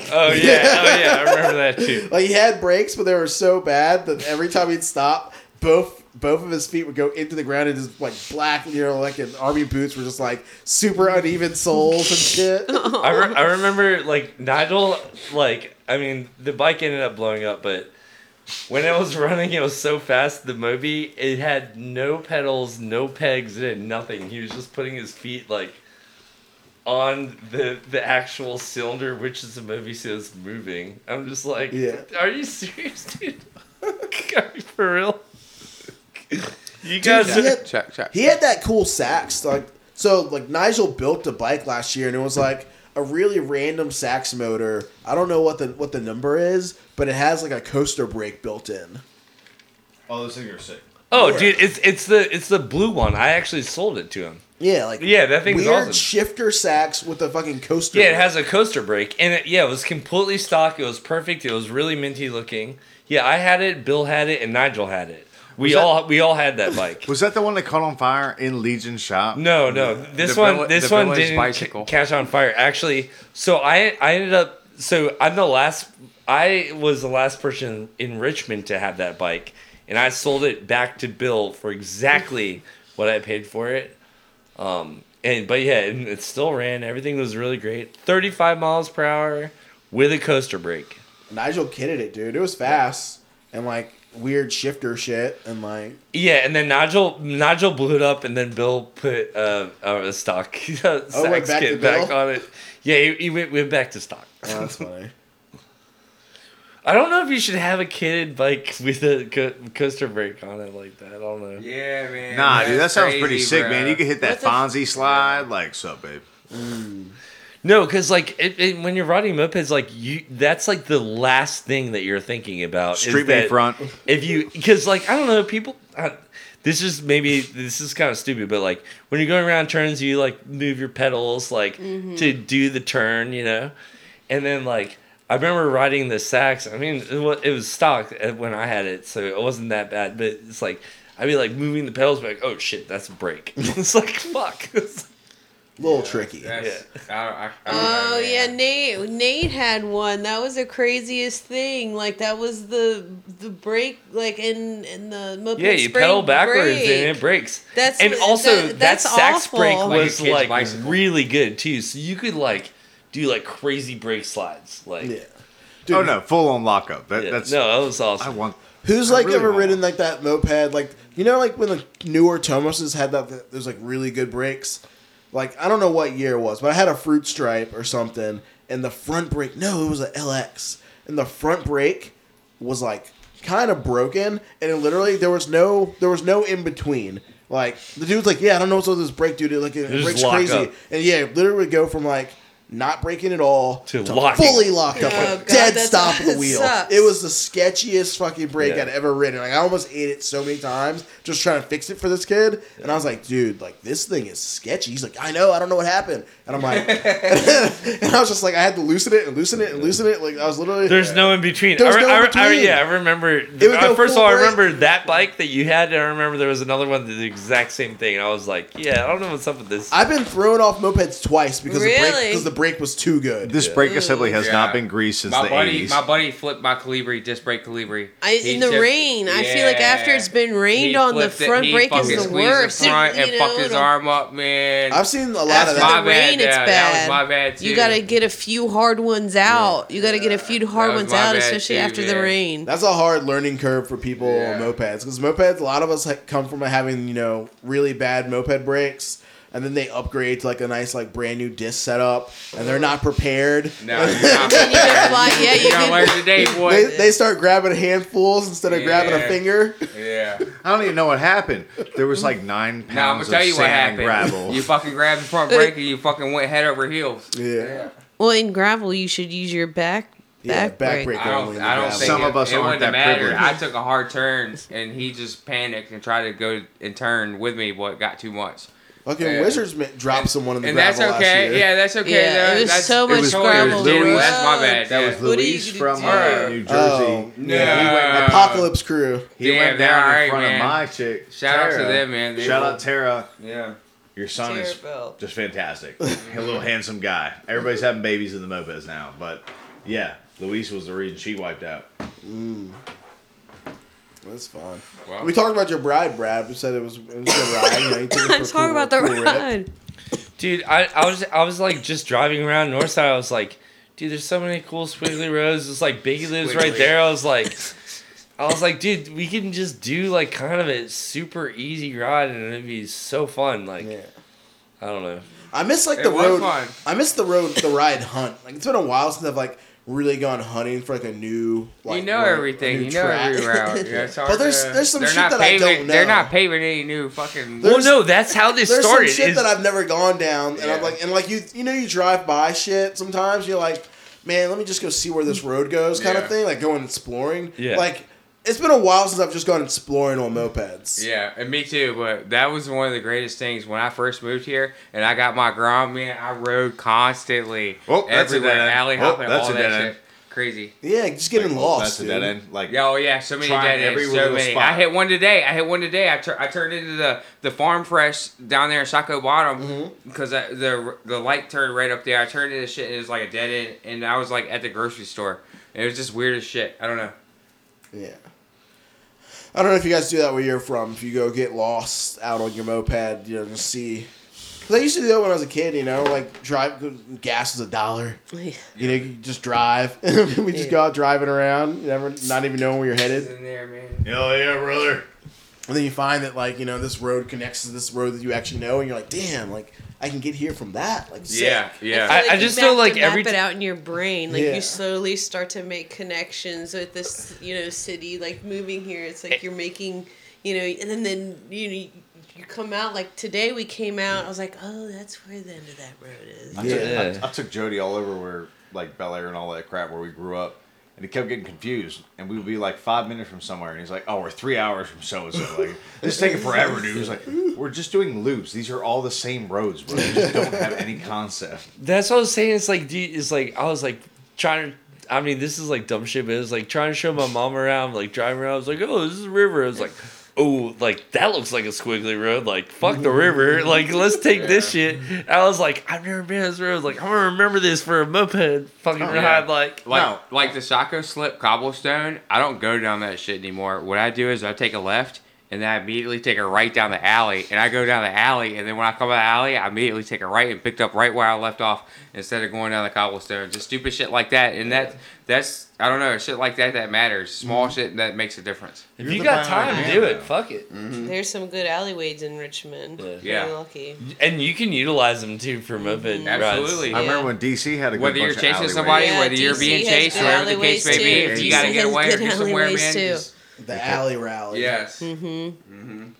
Speaker 10: Oh yeah, oh yeah, I remember that too.
Speaker 2: Like he had brakes, but they were so bad that every time he'd stop, both both of his feet would go into the ground and his like black, you know, like an army boots were just like super uneven soles and shit.
Speaker 10: I, re- I remember like Nigel like I mean the bike ended up blowing up but when it was running it was so fast the Moby it had no pedals no pegs it had nothing he was just putting his feet like on the the actual cylinder which is the Moby says moving I'm just like
Speaker 2: Yeah.
Speaker 10: are you serious dude are you for real you guys
Speaker 2: he had-
Speaker 6: Check, check.
Speaker 2: He had that cool sax. Like so, like Nigel built a bike last year, and it was like a really random sax motor. I don't know what the what the number is, but it has like a coaster brake built in.
Speaker 7: Oh, those things are sick.
Speaker 10: oh dude it's it's the it's the blue one I actually sold it to him
Speaker 2: Yeah, like
Speaker 10: Yeah, that thing's
Speaker 2: weird
Speaker 10: awesome.
Speaker 2: shifter sax with a fucking coaster.
Speaker 10: Yeah, it
Speaker 2: brake.
Speaker 10: has a coaster brake, and it, yeah, it was completely stock. It was perfect. It was really minty looking. Yeah, I had it. Bill had it, and Nigel had it. We
Speaker 7: that-
Speaker 10: all we all had that bike.
Speaker 7: Was that the one that caught on fire in Legion shop?
Speaker 10: No, no, this
Speaker 6: the
Speaker 10: one
Speaker 6: villi-
Speaker 10: this
Speaker 6: the
Speaker 10: one
Speaker 6: village
Speaker 10: didn't
Speaker 6: bicycle.
Speaker 10: ca- catch on fire. Actually, so I I ended up so I'm the last. I was the last person in Richmond to have that bike, and I sold it back to Bill for exactly what I paid for it. Um, and but yeah, and it still ran. Everything was really great. 35 miles per hour with a coaster brake.
Speaker 2: Nigel kidded it, dude. It was fast and like weird shifter shit, and like
Speaker 10: Yeah, and then Nigel Nigel blew it up, and then Bill put uh, uh stock sax
Speaker 2: Oh, went back to
Speaker 10: kit back
Speaker 2: Bill?
Speaker 10: on it. Yeah, he, he went, went back to stock.
Speaker 2: oh, that's funny.
Speaker 10: I don't know if you should have a kid bike with a co- coaster brake on it like that. I don't know.
Speaker 6: Yeah, man.
Speaker 7: Nah, dude, that
Speaker 6: that's
Speaker 7: sounds
Speaker 6: crazy,
Speaker 7: pretty sick, man.
Speaker 6: bruh.
Speaker 7: You could hit that
Speaker 8: What
Speaker 7: Fonzie slide, like, sup, babe.
Speaker 10: No, because like it, it- when you're riding mopeds, like you, that's like the last thing that you're thinking about. is
Speaker 7: Street
Speaker 10: that
Speaker 7: in front. Oh,
Speaker 10: If you, because like I don't know, people. I, this is maybe this is kind of stupid, but like when you're going around turns, you like move your pedals like to do the turn, you know, and then like. I remember riding the sax. I mean, it was, it was stock uh, when I had it, so it wasn't that bad. But it's like I'd be like moving the pedals, like, oh shit, that's a brake. it's like fuck. It's
Speaker 2: little tricky.
Speaker 6: That's, I don't, I, I don't know,
Speaker 8: Oh yeah,
Speaker 6: man.
Speaker 8: Nate. Nate had one. That was the craziest thing. Like that was the the break. Like in in the moped
Speaker 10: Yeah, you
Speaker 8: spring
Speaker 10: pedal backwards
Speaker 8: brake.
Speaker 10: and it breaks.
Speaker 8: That's-
Speaker 10: and also
Speaker 8: that-
Speaker 10: that,
Speaker 8: that's
Speaker 10: sax
Speaker 8: awful.
Speaker 10: brake
Speaker 8: Like
Speaker 6: a
Speaker 10: was
Speaker 6: kid's
Speaker 10: like
Speaker 6: bicycle.
Speaker 10: really good too. So you could like do like crazy brake slides. Like
Speaker 2: Yeah.
Speaker 7: Oh, no, full on lockup. That,
Speaker 10: yeah.
Speaker 7: That's.
Speaker 10: no, that was
Speaker 7: I
Speaker 10: awesome.
Speaker 7: want.
Speaker 2: Who's
Speaker 7: I
Speaker 2: like
Speaker 7: really
Speaker 2: ever
Speaker 7: want
Speaker 2: ridden
Speaker 7: one.
Speaker 2: like that moped? Like you know, like when the newer Tomoses had that. There's like really good brakes. Like I don't know what year it was, but I had a fruit stripe or something, and the front brake. No, it was an LX, and the front brake was like kind of broken, and it literally there was no there was no in between. Like the dude's like, yeah, I don't know what's with this brake, dude. It, like it,
Speaker 10: Just
Speaker 2: breaks
Speaker 10: lock
Speaker 2: crazy,
Speaker 10: up.
Speaker 2: and yeah, it literally would go from like not breaking at all, to,
Speaker 10: locking.
Speaker 2: fully locked up,
Speaker 8: Oh,
Speaker 2: like,
Speaker 8: God,
Speaker 2: dead
Speaker 8: that's-
Speaker 2: stop of the
Speaker 8: that
Speaker 2: wheel.
Speaker 8: sucks.
Speaker 2: It was the sketchiest fucking break
Speaker 10: Yeah.
Speaker 2: I'd ever ridden. Like I almost ate it so many times just trying to fix it for this kid, and I was like, dude, like this thing is sketchy. He's like, I know, I don't know what happened, and I'm like, and I was just like, I had to loosen it and loosen it and loosen it. Like I was literally
Speaker 10: There's no in between.
Speaker 2: There was
Speaker 10: I, re-
Speaker 2: no
Speaker 10: I re-
Speaker 2: in
Speaker 10: I re-
Speaker 2: between.
Speaker 10: yeah, I remember.
Speaker 2: was
Speaker 10: uh,
Speaker 2: no
Speaker 10: first of
Speaker 2: full
Speaker 10: all, I
Speaker 2: break.
Speaker 10: remember that bike that you had, and I remember there was another one that did the exact same thing. And I was like, yeah, I don't know what's up with this.
Speaker 2: I've been thrown off mopeds twice because the brake
Speaker 8: Really?
Speaker 2: because the brake was too good.
Speaker 7: This brake assembly has
Speaker 6: Yeah.
Speaker 7: not been greased since
Speaker 6: my
Speaker 7: the
Speaker 6: buddy,
Speaker 7: 80s.
Speaker 6: my buddy flipped my Calibri, disc brake Calibri.
Speaker 8: I,
Speaker 6: He
Speaker 8: in the
Speaker 6: just-
Speaker 8: rain, I feel like after
Speaker 6: Yeah.
Speaker 8: it's been rained
Speaker 6: He
Speaker 8: on, the
Speaker 6: flipped it.
Speaker 8: front
Speaker 6: He
Speaker 8: brake is
Speaker 6: fucking
Speaker 8: the
Speaker 6: squeezed
Speaker 8: worst.
Speaker 6: The front
Speaker 8: You
Speaker 6: and
Speaker 8: know,
Speaker 6: fucked his
Speaker 8: it'll-
Speaker 6: arm up, man.
Speaker 2: I've seen a lot
Speaker 6: That's
Speaker 2: of
Speaker 8: After
Speaker 2: that.
Speaker 6: my
Speaker 8: the rain,
Speaker 6: bad,
Speaker 8: it's
Speaker 6: Dad.
Speaker 8: bad.
Speaker 6: That was my bad,
Speaker 8: You
Speaker 6: too.
Speaker 8: gotta get a few hard ones out. You gotta get a few hard
Speaker 6: was
Speaker 8: ones
Speaker 6: my
Speaker 8: out,
Speaker 6: bad,
Speaker 8: especially
Speaker 6: too,
Speaker 8: after the
Speaker 6: man.
Speaker 8: rain.
Speaker 2: That's a hard learning curve for people
Speaker 6: Yeah.
Speaker 2: on mopeds because mopeds, a lot of us ha- come from having you know really bad moped brakes, and then they upgrade to like a nice like brand new disc setup, and they're not prepared.
Speaker 6: No, you're not.
Speaker 8: And you can fly, yeah, you
Speaker 6: you gotta learn
Speaker 8: can.
Speaker 6: today, boy.
Speaker 2: They, they start grabbing handfuls instead of grabbing a
Speaker 6: Yeah.
Speaker 2: finger.
Speaker 6: yeah.
Speaker 7: I don't even know what happened. There was like nine pounds
Speaker 6: Now I'm
Speaker 7: of
Speaker 6: gonna tell you what
Speaker 7: sand
Speaker 6: happened.
Speaker 7: and gravel.
Speaker 6: You fucking grabbed the front brake and you fucking went head over heels.
Speaker 2: Yeah,
Speaker 8: Well, in gravel, you should use your back back,
Speaker 2: yeah,
Speaker 8: brake.
Speaker 2: back brake.
Speaker 6: I don't,
Speaker 2: only
Speaker 6: I don't
Speaker 2: gravel.
Speaker 6: think
Speaker 7: Some
Speaker 6: it,
Speaker 7: of us
Speaker 6: it
Speaker 7: aren't
Speaker 6: wouldn't
Speaker 7: that
Speaker 6: matter.
Speaker 7: privileged.
Speaker 6: I took a hard turn and he just panicked and tried to go and turn with me, but it got too much.
Speaker 2: Fucking
Speaker 6: Yeah.
Speaker 2: wizards ma- dropped someone in the
Speaker 6: and
Speaker 2: gravel
Speaker 6: that's okay.
Speaker 2: last year.
Speaker 6: Yeah, that's okay.
Speaker 8: Yeah,
Speaker 6: though.
Speaker 8: it was
Speaker 6: that's,
Speaker 8: so much
Speaker 7: was- it was
Speaker 8: gravel.
Speaker 7: Louis-
Speaker 8: Whoa.
Speaker 6: That's my bad.
Speaker 7: that was
Speaker 6: yeah.
Speaker 8: What are you
Speaker 7: Luis
Speaker 8: gonna
Speaker 7: from
Speaker 8: do?
Speaker 7: uh, New Jersey.
Speaker 2: Oh,
Speaker 7: Yeah, he went,
Speaker 6: No.
Speaker 2: Apocalypse Crew.
Speaker 7: he
Speaker 6: Damn,
Speaker 7: went
Speaker 6: they're
Speaker 7: down in
Speaker 6: alright,
Speaker 7: front
Speaker 6: man.
Speaker 7: of my chick.
Speaker 6: Shout out to
Speaker 7: Tara.
Speaker 6: them, man. They
Speaker 7: Shout
Speaker 6: were-
Speaker 7: out Tara.
Speaker 6: Yeah.
Speaker 7: Your son is
Speaker 8: Terrible.
Speaker 7: just fantastic. a little handsome guy. Everybody's having babies in the mopeds now, but yeah, Luis was the reason she wiped out.
Speaker 2: That's fun.
Speaker 6: Wow.
Speaker 2: We talked about your bride, Brad. We said it was, it was a good ride. You know, you took it for a
Speaker 8: I'm
Speaker 2: cool-
Speaker 8: talking about the
Speaker 2: cool rip.
Speaker 8: ride.
Speaker 10: Dude, I, I was I was like just driving around Northside. I was like, dude, there's so many cool squiggly roads. It's like Biggie lives right
Speaker 6: Squiggly.
Speaker 10: there. I was like, I was like, dude, we can just do like kind of a super easy ride, and it'd be so fun. Like,
Speaker 2: Yeah.
Speaker 10: I don't know.
Speaker 2: I miss like
Speaker 6: It
Speaker 2: the
Speaker 6: was
Speaker 2: road.
Speaker 6: fun.
Speaker 2: I miss the road, the ride hunt. Like it's been a while since I've like really gone hunting for like a new. Like,
Speaker 6: you know
Speaker 2: road- a
Speaker 6: everything.
Speaker 2: new
Speaker 6: You know
Speaker 2: track.
Speaker 6: every route. Yeah, it's hard
Speaker 2: But there's-
Speaker 6: to-
Speaker 2: there's some
Speaker 6: they're
Speaker 2: shit
Speaker 6: not
Speaker 2: that I
Speaker 6: paving,
Speaker 2: don't
Speaker 6: They're
Speaker 2: know.
Speaker 6: not paving any new fucking.
Speaker 2: There's-
Speaker 10: well, no, that's how this
Speaker 2: There's
Speaker 10: started.
Speaker 2: some shit
Speaker 10: is-
Speaker 2: that I've never gone down, and I'm
Speaker 6: Yeah.
Speaker 2: like, and like you, you know, you drive by shit sometimes. You're like, man, let me just go see where this road goes, kind
Speaker 6: Yeah.
Speaker 2: of thing. Like going exploring.
Speaker 10: Yeah.
Speaker 2: Like it's been a while since I've just gone exploring on mopeds.
Speaker 6: Yeah, and me too. But that was one of the greatest things when I first moved here, and I got my ground man. I rode constantly.
Speaker 7: Oh, that's a
Speaker 6: everywhere,
Speaker 7: dead end.
Speaker 6: alley
Speaker 7: Oh,
Speaker 6: hopping,
Speaker 7: that's
Speaker 6: all
Speaker 7: a
Speaker 6: that
Speaker 7: dead
Speaker 6: shit.
Speaker 7: end.
Speaker 6: Crazy.
Speaker 2: Yeah, just getting lost.
Speaker 7: That's a
Speaker 2: dude.
Speaker 7: dead end. Like
Speaker 6: Yeah, Oh yeah, so many
Speaker 7: Trying
Speaker 6: dead
Speaker 7: every
Speaker 6: ends, so
Speaker 7: little
Speaker 6: many.
Speaker 7: spot.
Speaker 6: I hit one today. I hit one today. I, tur- I turned into the, the farm fresh down there in Saco Bottom
Speaker 7: Mm-hmm.
Speaker 6: because the the light turned right up there. I turned into shit and it was like a dead end, and I was like at the grocery store. It was just weird as shit. I don't know.
Speaker 2: Yeah. I don't know if you guys do that where you're from. If you go get lost out on your moped, you know, just see. Because I used to do that when I was a kid, you know, like drive, gas was a dollar. You know, you just drive. we just go out driving around, never, not even knowing where you're headed.
Speaker 6: In there, man.
Speaker 7: Hell yeah, brother.
Speaker 2: And then you find that, like, you know, this road connects to this road that you actually know, and you're like, damn, like, I can get here from that. Like, sick.
Speaker 6: Yeah, yeah.
Speaker 10: I- I just feel like
Speaker 8: to map
Speaker 10: every
Speaker 8: it
Speaker 10: ti-
Speaker 8: out in your brain, like
Speaker 2: Yeah.
Speaker 8: you slowly start to make connections with this, you know, city. Like moving here, it's
Speaker 6: Eh.
Speaker 8: like you're making, you know, and then then you know, you come out. Like today, we came out. I was like, oh, that's where the end of that road is.
Speaker 7: I,
Speaker 10: Yeah.
Speaker 7: took, I, I took Jody all over where like Bel Air and all that crap where we grew up, and he kept getting confused. And we would be like five minutes from somewhere, and he's like, "Oh, we're three hours from so and so. Like this is taking forever, dude." He's like, "We're just doing loops. These are all the same roads, bro. We just don't have any concept."
Speaker 10: That's what I was saying. It's like, dude, it's like I was like trying to. I mean, this is like dumb shit, but it was like trying to show my mom around, like driving around. I was like, oh, this is a river. I was like, oh, like that looks like a squiggly road. Like, fuck the river. Like, let's take this shit. I was like, I've never been on this road. Like, I'm gonna remember this for a moped fucking
Speaker 7: Oh,
Speaker 10: ride.
Speaker 7: yeah.
Speaker 10: Like,
Speaker 6: Like
Speaker 7: No.
Speaker 6: like the Saco Slip cobblestone, I don't go down that shit anymore. What I do is I take a left and then I immediately take a right down the alley, and I go down the alley, and then when I come out of the alley, I immediately take a right and picked up right where I left off instead of going down the cobblestone. Just stupid shit like that, and that that's I don't know shit like that that matters. Small shit that makes a difference.
Speaker 10: if
Speaker 7: You're
Speaker 10: you
Speaker 7: the
Speaker 10: got
Speaker 7: pioneer,
Speaker 10: time,
Speaker 7: man,
Speaker 10: do it.
Speaker 7: though. Mm-hmm.
Speaker 10: Fuck it.
Speaker 8: There's some good alleyways in Richmond.
Speaker 10: Yeah.
Speaker 6: Yeah.
Speaker 8: Very lucky.
Speaker 10: And you can utilize them too for moped rides.
Speaker 6: Absolutely.
Speaker 7: I remember when DC had a good
Speaker 6: Whether
Speaker 7: bunch
Speaker 6: you're
Speaker 7: of
Speaker 6: chasing
Speaker 7: alleyways.
Speaker 6: somebody,
Speaker 8: Yeah,
Speaker 6: whether you're
Speaker 8: DC
Speaker 6: being
Speaker 8: has
Speaker 6: chased,
Speaker 8: good
Speaker 6: wherever the case may
Speaker 8: alleyways,
Speaker 6: be,
Speaker 8: too.
Speaker 6: if you got to
Speaker 8: DC
Speaker 6: get
Speaker 8: has
Speaker 6: away or
Speaker 8: good
Speaker 6: do somewhere,
Speaker 8: alleyways, Mm-hmm.
Speaker 6: man.
Speaker 8: too.
Speaker 6: just-
Speaker 2: The alley rally.
Speaker 7: Hmm.
Speaker 6: yes.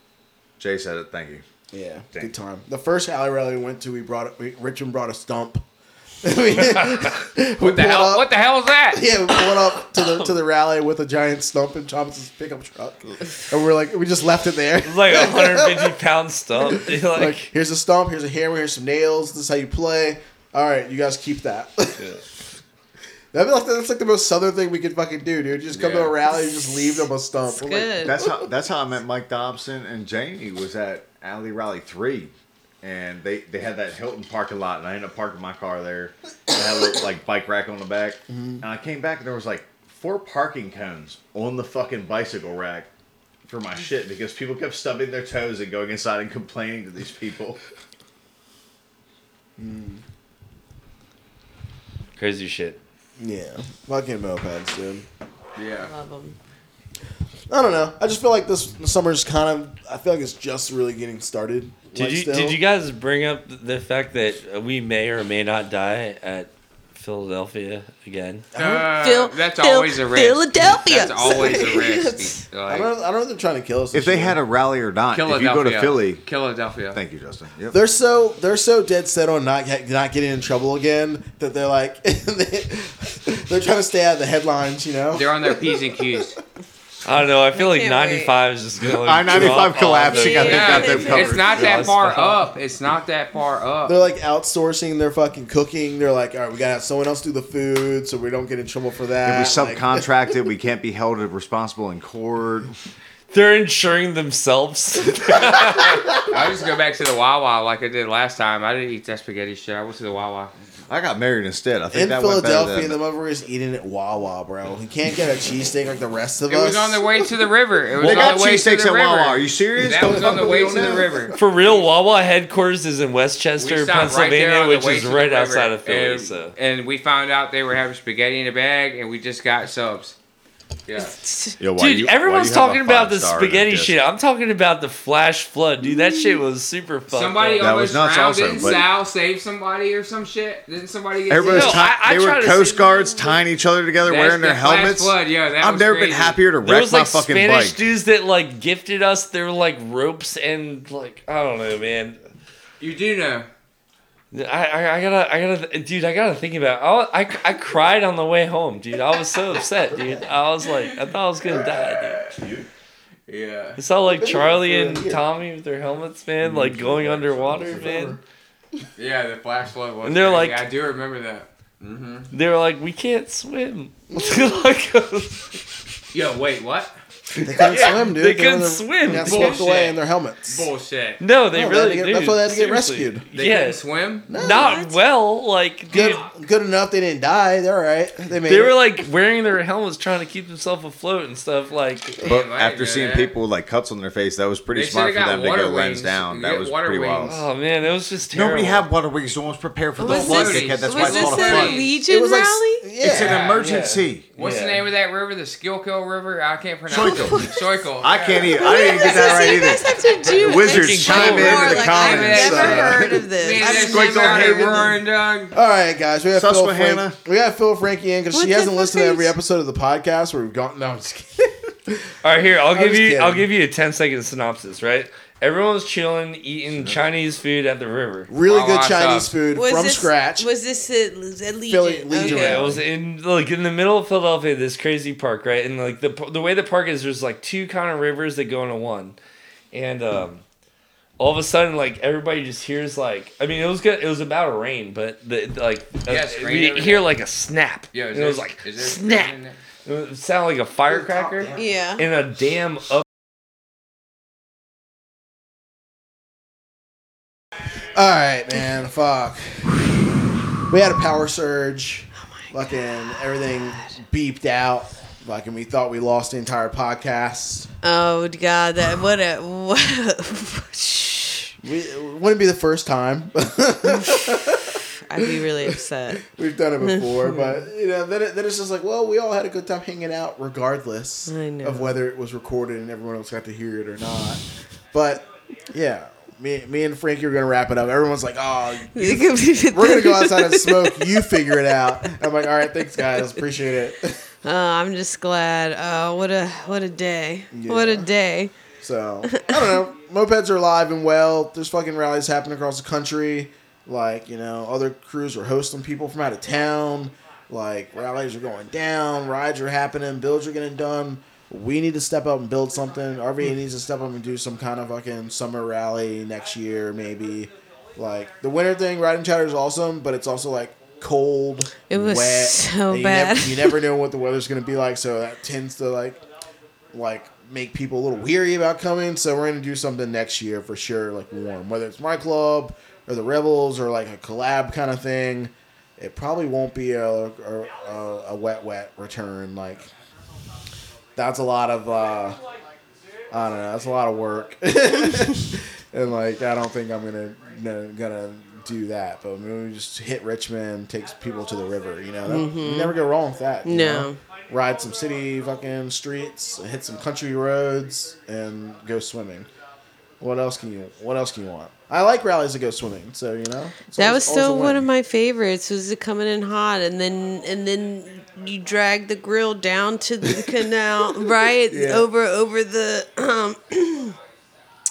Speaker 7: Jay said it. Thank you.
Speaker 2: Yeah.
Speaker 7: Dang.
Speaker 2: Good time. The first alley rally we went to, we brought, we, Richmond brought a stump. what
Speaker 6: the hell? What the hell is that?
Speaker 2: Yeah, we went up to the to the rally with a giant stump in Thomas's pickup truck, and we're like, we just left it there.
Speaker 10: It's like a 150 pound stump. You're like,
Speaker 2: Like, here's a stump, here's a hammer, here's some nails. This is how you play. All right, you guys keep that. That'd be like, that's like the most southern thing we could fucking do, dude. Just come to
Speaker 6: Yeah.
Speaker 2: a rally and just leave them a stump. We're like,
Speaker 8: Good.
Speaker 7: That's how that's how I met Mike Dobson and Jamie was at Alley Rally Three, and they they had that Hilton parking lot, and I ended up parking my car there. I had a little, like bike rack on the back, and I came back and there was like four parking cones on the fucking bicycle rack for my shit because people kept stubbing their toes and going inside and complaining to these people.
Speaker 10: crazy shit.
Speaker 2: yeah, fucking mopeds, dude.
Speaker 6: Yeah.
Speaker 8: Love them.
Speaker 2: I don't know. I just feel like this summer's kind of. I feel like it's just really getting started.
Speaker 10: Did
Speaker 2: like,
Speaker 10: you
Speaker 2: still.
Speaker 10: did you guys bring up the fact that we may or may not die at Philadelphia again?
Speaker 6: Uh,
Speaker 8: Phil-
Speaker 6: that's
Speaker 8: Phil-
Speaker 6: always a risk.
Speaker 8: Philadelphia.
Speaker 6: That's always a risk.
Speaker 2: I
Speaker 6: Like,
Speaker 2: don't. I don't know if they're trying to kill us. this
Speaker 7: If they
Speaker 2: year.
Speaker 7: had a rally or not, if you
Speaker 6: Philadelphia.
Speaker 7: go to Philly,
Speaker 6: Philadelphia.
Speaker 7: thank you, Justin. Yep.
Speaker 2: They're so they're so dead set on not get, not getting in trouble again that they're like they, they're trying to stay out of the headlines, you know.
Speaker 6: They're on their P's and Q's.
Speaker 10: I don't know. I feel
Speaker 8: I
Speaker 10: like
Speaker 8: can't
Speaker 10: 95 is just gonna.
Speaker 7: I ninety
Speaker 10: drop
Speaker 7: five
Speaker 10: all
Speaker 7: collapsing.
Speaker 8: Yeah,
Speaker 7: I think got them covered.
Speaker 6: it's not that
Speaker 10: Yes.
Speaker 6: far up. It's not that far
Speaker 2: They're
Speaker 6: up.
Speaker 2: like outsourcing their fucking cooking. They're like, all right, we gotta have someone else do the food so we don't get in trouble for that.
Speaker 7: If we
Speaker 2: Like,
Speaker 7: subcontract it, we can't be held responsible in court.
Speaker 10: the- They're insuring themselves.
Speaker 6: I just go back to the Wawa like I did last time. I didn't eat that spaghetti shit. I went to the Wawa.
Speaker 7: I got married instead. I think
Speaker 2: in
Speaker 7: that went better
Speaker 2: Philadelphia, the
Speaker 7: than-
Speaker 2: motherfucker's eating at Wawa, bro. He can't get a cheesesteak like the rest of
Speaker 6: It
Speaker 2: us.
Speaker 6: was on the way to the river. It was
Speaker 7: They
Speaker 6: on
Speaker 7: got
Speaker 6: the way to
Speaker 7: cheesesteaks
Speaker 6: the
Speaker 7: at
Speaker 6: river.
Speaker 7: Wawa. Are you serious?
Speaker 6: That
Speaker 7: Don't
Speaker 6: was on the
Speaker 7: fuck
Speaker 6: way
Speaker 7: with
Speaker 6: to
Speaker 7: me
Speaker 6: the
Speaker 7: on that.
Speaker 6: river.
Speaker 10: For real, Wawa headquarters is in
Speaker 6: We
Speaker 10: Westchester,
Speaker 6: stopped right there
Speaker 10: Pennsylvania,
Speaker 6: on the
Speaker 10: which
Speaker 6: way
Speaker 10: is
Speaker 6: to the
Speaker 10: right
Speaker 6: river,
Speaker 10: outside of Philly.
Speaker 6: And,
Speaker 10: so
Speaker 6: and we found out they were having spaghetti in a bag, and we just got subs. Yeah.
Speaker 7: Yo, why
Speaker 10: Dude,
Speaker 7: you- why
Speaker 10: everyone's
Speaker 7: you have a
Speaker 10: talking about the
Speaker 7: five-star in a
Speaker 10: spaghetti
Speaker 7: dish?
Speaker 10: shit. I'm talking about the flash flood, dude. That shit was super fucked
Speaker 6: Somebody
Speaker 10: up.
Speaker 7: That
Speaker 6: almost
Speaker 7: was nuts
Speaker 6: drowned.
Speaker 7: also,
Speaker 6: Didn't
Speaker 7: but-
Speaker 6: Sal save somebody or some shit? Didn't somebody get
Speaker 7: Everybody's
Speaker 10: No,
Speaker 6: saved?
Speaker 7: ti-
Speaker 10: I- I
Speaker 7: they
Speaker 10: try
Speaker 7: were
Speaker 10: to
Speaker 7: Coast
Speaker 10: see-
Speaker 7: Guards, tying each other together,
Speaker 6: That's
Speaker 7: wearing their
Speaker 6: the flash
Speaker 7: helmets.
Speaker 6: flood, yeah, that
Speaker 7: I've
Speaker 6: was
Speaker 7: never been
Speaker 6: crazy.
Speaker 7: happier to
Speaker 10: There
Speaker 7: wreck
Speaker 10: was
Speaker 7: my
Speaker 10: like
Speaker 7: fucking
Speaker 10: Spanish
Speaker 7: bike.
Speaker 10: dudes that like gifted us their like ropes and like I don't know, man.
Speaker 6: You do know.
Speaker 10: I, I, I gotta I gotta dude I gotta think about it. I, I I cried on the way home dude I was so upset dude I was like I thought I was gonna die dude
Speaker 6: Yeah.
Speaker 10: I saw like Charlie
Speaker 2: for a
Speaker 10: and
Speaker 2: year.
Speaker 10: Tommy with their helmets man like going underwater man
Speaker 6: Yeah, the flash flood was.
Speaker 10: And they're
Speaker 6: crazy.
Speaker 10: like-
Speaker 6: I do remember that.
Speaker 10: they were like we can't swim like,
Speaker 6: Yo, wait, what?
Speaker 2: they couldn't swim, dude.
Speaker 10: they couldn't
Speaker 2: were-
Speaker 10: swim.
Speaker 2: They got
Speaker 6: Bullshit.
Speaker 2: swept away in their helmets.
Speaker 6: Bullshit.
Speaker 10: no they
Speaker 2: No, they had
Speaker 10: really
Speaker 2: to get-
Speaker 10: dude,
Speaker 2: that's why they had to get
Speaker 10: seriously.
Speaker 2: rescued.
Speaker 6: They
Speaker 10: yeah
Speaker 6: couldn't swim.
Speaker 10: not well like dude
Speaker 2: Good, good enough. They didn't die. They're all right. They made.
Speaker 10: they
Speaker 2: it.
Speaker 10: were like wearing their helmets trying to keep themselves afloat and stuff like
Speaker 7: But
Speaker 6: Damn, I didn't
Speaker 7: after
Speaker 6: know
Speaker 7: seeing
Speaker 6: that.
Speaker 7: people with like cuts on their face, that was pretty
Speaker 6: They
Speaker 7: smart for
Speaker 6: should've got
Speaker 7: them to
Speaker 6: water
Speaker 7: go lens
Speaker 6: wings.
Speaker 7: down.
Speaker 6: You
Speaker 7: That
Speaker 6: get
Speaker 7: was
Speaker 6: water
Speaker 7: pretty
Speaker 6: wings.
Speaker 7: wild.
Speaker 10: oh man it was just terrible
Speaker 7: Nobody had water wings. No one's prepared for
Speaker 8: Was
Speaker 7: the blood
Speaker 8: this-
Speaker 7: dickhead. That's why
Speaker 8: Was
Speaker 7: it's
Speaker 8: this
Speaker 7: called a
Speaker 6: Water
Speaker 8: a
Speaker 6: flood.
Speaker 7: flood.
Speaker 8: Legion
Speaker 2: like-
Speaker 8: rally?
Speaker 2: yeah.
Speaker 7: It's an emergency.
Speaker 6: What's the
Speaker 10: Yeah.
Speaker 6: name of that river? The Schuylkill River? I can't pronounce it.
Speaker 7: Schuylkill.
Speaker 6: Schuylkill.
Speaker 7: I can't even. I didn't even get that right
Speaker 8: you
Speaker 7: either.
Speaker 8: guys have to do
Speaker 7: Wizards
Speaker 8: extra
Speaker 7: chime in
Speaker 8: more,
Speaker 7: to the
Speaker 8: like,
Speaker 7: comments,
Speaker 8: I've never
Speaker 7: uh,
Speaker 8: heard of
Speaker 6: Me and
Speaker 8: this.
Speaker 7: I
Speaker 6: this
Speaker 7: squeaked
Speaker 6: nigga
Speaker 7: on
Speaker 6: out here
Speaker 7: Haven.
Speaker 6: roaring, dog.
Speaker 2: All right, guys, we have Phil
Speaker 7: Susquehanna.
Speaker 2: Frank. We got Phil Frankie in because
Speaker 8: What
Speaker 2: she
Speaker 8: the
Speaker 2: hasn't listened to
Speaker 8: fuck
Speaker 2: every
Speaker 8: is-
Speaker 2: episode of the podcast where we've gone. No, I'm just kidding.
Speaker 10: All right, here I'll give
Speaker 2: was
Speaker 10: you I'll
Speaker 2: kidding.
Speaker 10: give you a 10 second synopsis. Right, everyone was chilling, eating Chinese food at the river.
Speaker 2: Really
Speaker 6: Wow,
Speaker 2: good
Speaker 6: wow,
Speaker 2: Chinese
Speaker 6: stop.
Speaker 2: food
Speaker 8: Was
Speaker 2: from
Speaker 8: this-
Speaker 2: scratch.
Speaker 8: Was this a, a Legion?
Speaker 2: Philly- Legion
Speaker 8: okay.
Speaker 10: Yeah, it was in like in the middle of Philadelphia, this crazy park, right? And like the the way the park is, there's like two kind of rivers that go into one, and um, all of a sudden, like everybody just hears like I mean, it was good. It was about a rain, but the like uh,
Speaker 6: Yes, rain
Speaker 10: we
Speaker 6: every
Speaker 10: hear
Speaker 6: day.
Speaker 10: like a snap.
Speaker 6: Yo,
Speaker 10: and
Speaker 6: is
Speaker 10: it was
Speaker 6: there-
Speaker 10: like
Speaker 6: is there
Speaker 10: snap.
Speaker 6: prison in there?
Speaker 10: It sounded like a firecracker
Speaker 8: Yeah.
Speaker 10: in a dam up.
Speaker 2: All right, man. Fuck. We had a power surge. fucking everything beeped out. Fucking we thought we lost the entire podcast.
Speaker 8: Oh God, that what a what.
Speaker 2: We, it wouldn't be the first time.
Speaker 8: I'd be really upset.
Speaker 2: We've done it before, but you know, then, it, then it's just like, well, we all had a good time hanging out, regardless
Speaker 8: I know.
Speaker 2: of whether it was recorded and everyone else got to hear it or not. But yeah, me, me and Frankie are gonna wrap it up. Everyone's like, oh, we're gonna go outside and smoke. You figure it out. I'm like, all right, thanks guys, appreciate it.
Speaker 8: Oh, I'm just glad. Oh, what a what a day. What a
Speaker 2: Yeah.
Speaker 8: day.
Speaker 2: So I don't know. Mopeds are alive and well. There's fucking rallies happening across the country. Like you know, other crews are hosting people from out of town. Like rallies are going down, rides are happening, builds are getting done. We need to step up and build something.
Speaker 8: Hmm.
Speaker 2: RVA needs to step up and do some kind of fucking summer rally next year, maybe. Like the winter thing, riding chatter is awesome, but it's also like cold.
Speaker 8: It was
Speaker 2: wet,
Speaker 8: so
Speaker 2: and you
Speaker 8: bad.
Speaker 2: Never, you never know what the weather's gonna be like, so that tends to like like make people a little weary about coming. So we're gonna do something next year for sure, like warm. Whether it's my club or the Rebels or like a collab kind of thing, it probably won't be a a, a, a wet wet return. Like that's a lot of uh, I don't know. That's a lot of work, and like I don't think I'm gonna no, gonna do that. But maybe we just hit Richmond, takes people to the river. You know, that, you never go wrong with that. you
Speaker 8: Mm-hmm. No.
Speaker 2: know? ride some city fucking streets, hit some country roads, and go swimming. What else can you? What else can you want? I like rallies that go swimming. So you know, it's
Speaker 8: That
Speaker 2: always- always
Speaker 8: was
Speaker 2: a
Speaker 8: still one
Speaker 2: win.
Speaker 8: of my favorites. Was it coming in hot, and then and then you drag the grill down to the canal, right
Speaker 2: Yeah.
Speaker 8: over over the um,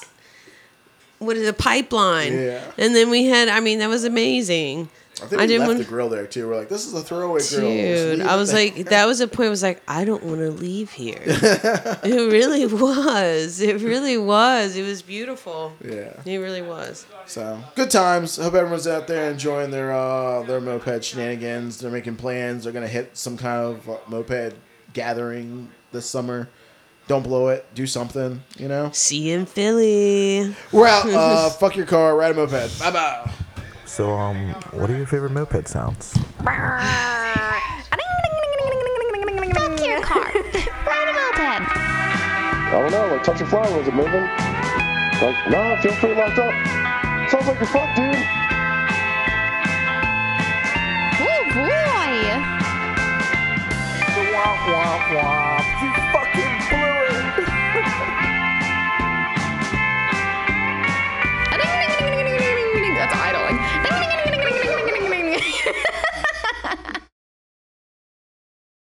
Speaker 8: what is a pipeline?
Speaker 2: Yeah.
Speaker 8: And then we had. I mean, that was amazing.
Speaker 2: I think
Speaker 8: I
Speaker 2: we
Speaker 8: didn't
Speaker 2: left
Speaker 8: want-
Speaker 2: the grill there too. We're like, this is a throwaway grill. Let's
Speaker 8: Dude,
Speaker 2: leave
Speaker 8: I
Speaker 2: it
Speaker 8: was
Speaker 2: there.
Speaker 8: like, that was a point. I was like, I don't want to leave here. it really was. It really was. It was beautiful.
Speaker 2: yeah.
Speaker 8: It really was.
Speaker 2: So good times. Hope everyone's out there enjoying their uh, their moped shenanigans. They're making plans. They're gonna hit some kind of uh, moped gathering this summer. Don't blow it. Do something. You know.
Speaker 8: See you in Philly.
Speaker 2: We're out. Uh, fuck your car. Ride a moped. Bye bye.
Speaker 3: So, um, what are your favorite moped sounds?
Speaker 4: Fuck your car. Ride a moped.
Speaker 5: I don't know, like touching flowers, it moving. Like, nah, it feels pretty locked up. Sounds like you're fucked, dude.
Speaker 4: Oh boy.
Speaker 5: Womp womp womp. You fucking